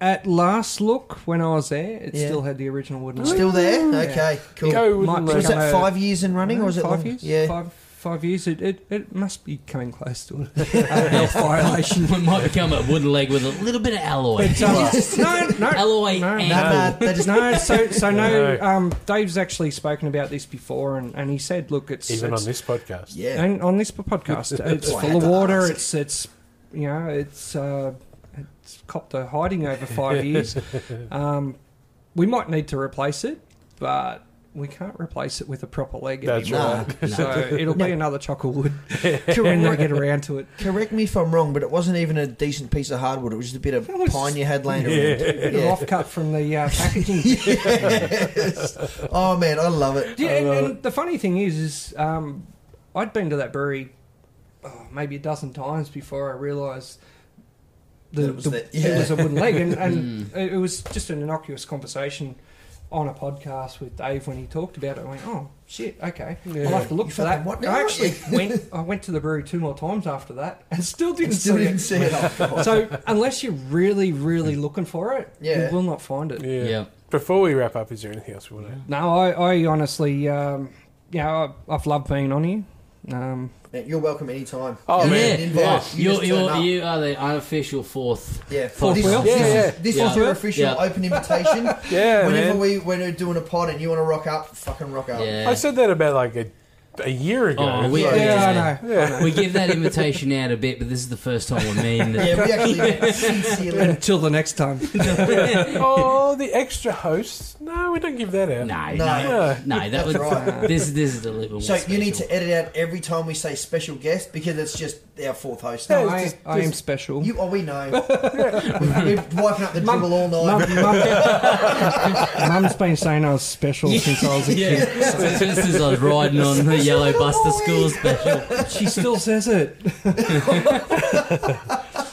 S4: At last look, when I was there, it
S2: Yeah.
S4: still had the original wooden.
S2: Still there?
S4: Yeah.
S2: Okay. Cool.
S1: Go with
S4: Might
S1: the-
S2: Was
S4: become
S2: that
S4: a-
S2: five years in running, or is it
S4: five
S2: long-
S4: years?
S2: Yeah.
S4: five, five years. It, it it must be coming close to a health violation.
S3: It might become a wooden leg with a little bit of alloy.
S4: But, um, no, no,
S3: Alloy
S4: no,
S3: and-
S2: No, no, they just
S4: no. So, so no.
S1: No.
S4: Um, Dave's actually spoken about this before, and, and he said, "Look, it's
S1: Even
S4: it's,
S1: on this podcast.
S2: yeah.
S4: and on this podcast, it's
S2: Why I
S4: full
S2: had
S4: of
S2: to
S4: water.
S2: ask.
S4: It's it's you know it's uh, it's copped a hiding over five years. um, we might need to replace it, but." We can't replace it with a proper leg
S1: That's
S4: anymore, so it'll be another chocolate wood when they get around to it.
S2: Correct me if I'm wrong, but it wasn't even a decent piece of hardwood. It was just a bit of
S4: That was-
S2: pine you had laying
S4: Bit
S2: around.
S4: of
S2: Yeah.
S4: off cut from the uh, packaging.
S2: Oh man, I love it.
S4: Yeah, and, and the funny thing is, is um, I'd been to that brewery oh, maybe a dozen times before I realised
S2: That Hmm. it was there.
S4: it
S2: Yeah.
S4: was a wooden leg, and, and it it was just an innocuous conversation on a podcast with Dave when he talked about it. I went, oh shit, okay, I'll have to look
S2: You
S4: for that.
S2: fucking what now,
S4: I
S2: aren't you?
S4: actually went, I went to the brewery two more times after that, and still didn't
S2: Still
S4: see
S2: didn't
S4: it.
S2: see it. Oh,
S4: So unless you're really, really looking for it,
S2: Yeah.
S4: you will not find it.
S1: Yeah.
S3: Yep.
S1: Before we wrap up, is there anything else we want to add?
S4: No, I, I honestly, um, you know, I, I've loved being on here. Um,
S2: God. You're welcome anytime.
S1: Oh,
S2: You're
S1: man.
S2: an invite.
S1: Yes.
S2: You
S3: You're,
S2: just
S3: you're,
S2: turn up.
S3: you are the unofficial fourth.
S2: Yeah,
S3: Fourth
S2: this,
S4: wheel?
S2: This,
S1: Yeah, yeah.
S2: Is, this
S3: Yeah.
S2: is your official
S3: Yeah.
S2: open invitation.
S1: Yeah,
S2: Whenever
S1: man.
S2: we when we're doing a pod and you want to rock up, fucking rock up.
S3: Yeah.
S1: I said that about like a, a year ago.
S3: Oh, we,
S1: Like,
S4: Yeah,
S3: I know. We give that invitation out a bit, but this is the first time we're mean.
S2: Yeah, we actually met sincerely.
S4: Until the next time.
S1: oh, the extra hosts. No, we don't give that out.
S3: No, no,
S2: No.
S3: no, that was
S2: right.
S3: this. This is the livable.
S2: So you need
S3: special.
S2: to edit out every time we say special guest because it's just our fourth host.
S4: I,
S1: No,
S2: I-
S1: just-
S4: I am
S1: just-
S4: special.
S2: you, oh, we know. We're wiping up the dribble all
S4: Mum,
S2: night.
S4: mum, has been saying I was special since I was a
S3: Yeah,
S4: kid.
S3: so it's just as I was riding on the yellow bus to school special.
S4: She still says it.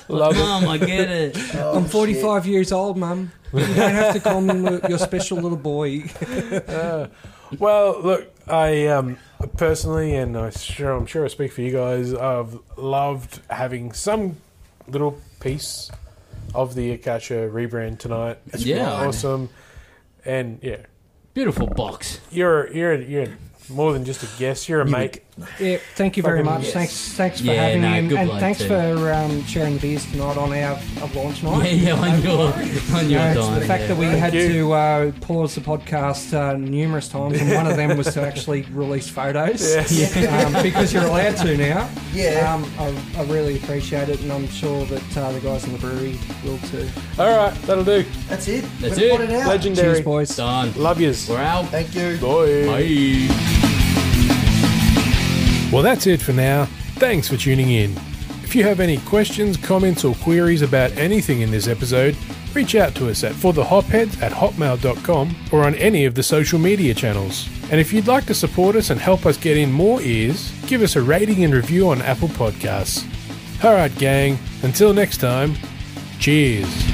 S1: Love it.
S3: Mum, I get it.
S2: Oh,
S4: I'm 45 years old, Mum. You don't have to call me lo- your special little boy.
S1: Well, look, I um, personally, and I sure, I'm sure I speak for you guys, I've loved having some little piece of the Akasha rebrand tonight. It's been
S3: Yeah.
S1: awesome, and yeah,
S3: Beautiful box.
S1: you're you're you're more than just a guest. You're a mate.
S4: Yeah, thank you very
S1: Fucking
S4: much.
S1: yes.
S4: Thanks, thanks for
S3: Yeah,
S4: having
S3: no,
S4: me, and,
S3: good
S4: and
S3: bloke
S4: thanks
S3: too.
S4: for um, sharing the beers tonight on our, our launch night.
S3: Yeah, yeah, on your, on
S4: You
S3: your
S4: know, it's
S3: dime.
S4: the fact
S3: yeah.
S4: that we had
S1: you.
S4: to uh, pause the podcast uh, numerous times, and one of them was to actually release photos um, because you're allowed to now.
S2: Yeah.
S4: um, I, I really appreciate it, and I'm sure that uh, the guys in the brewery will too.
S1: All right, that'll do.
S2: That's it.
S3: That's
S2: We've got
S3: it.
S2: out.
S1: Legendary.
S4: Cheers, boys.
S3: Done.
S1: Love yous.
S3: We're out.
S2: Thank you.
S1: Boy.
S3: Bye.
S1: Well, that's it for now. Thanks for tuning in. If you have any questions, comments, or queries about anything in this episode, reach out to us at forthehopheads at hotmail.com or on any of the social media channels. And if you'd like to support us and help us get in more ears, give us a rating and review on Apple Podcasts. Alright, gang, until next time, cheers.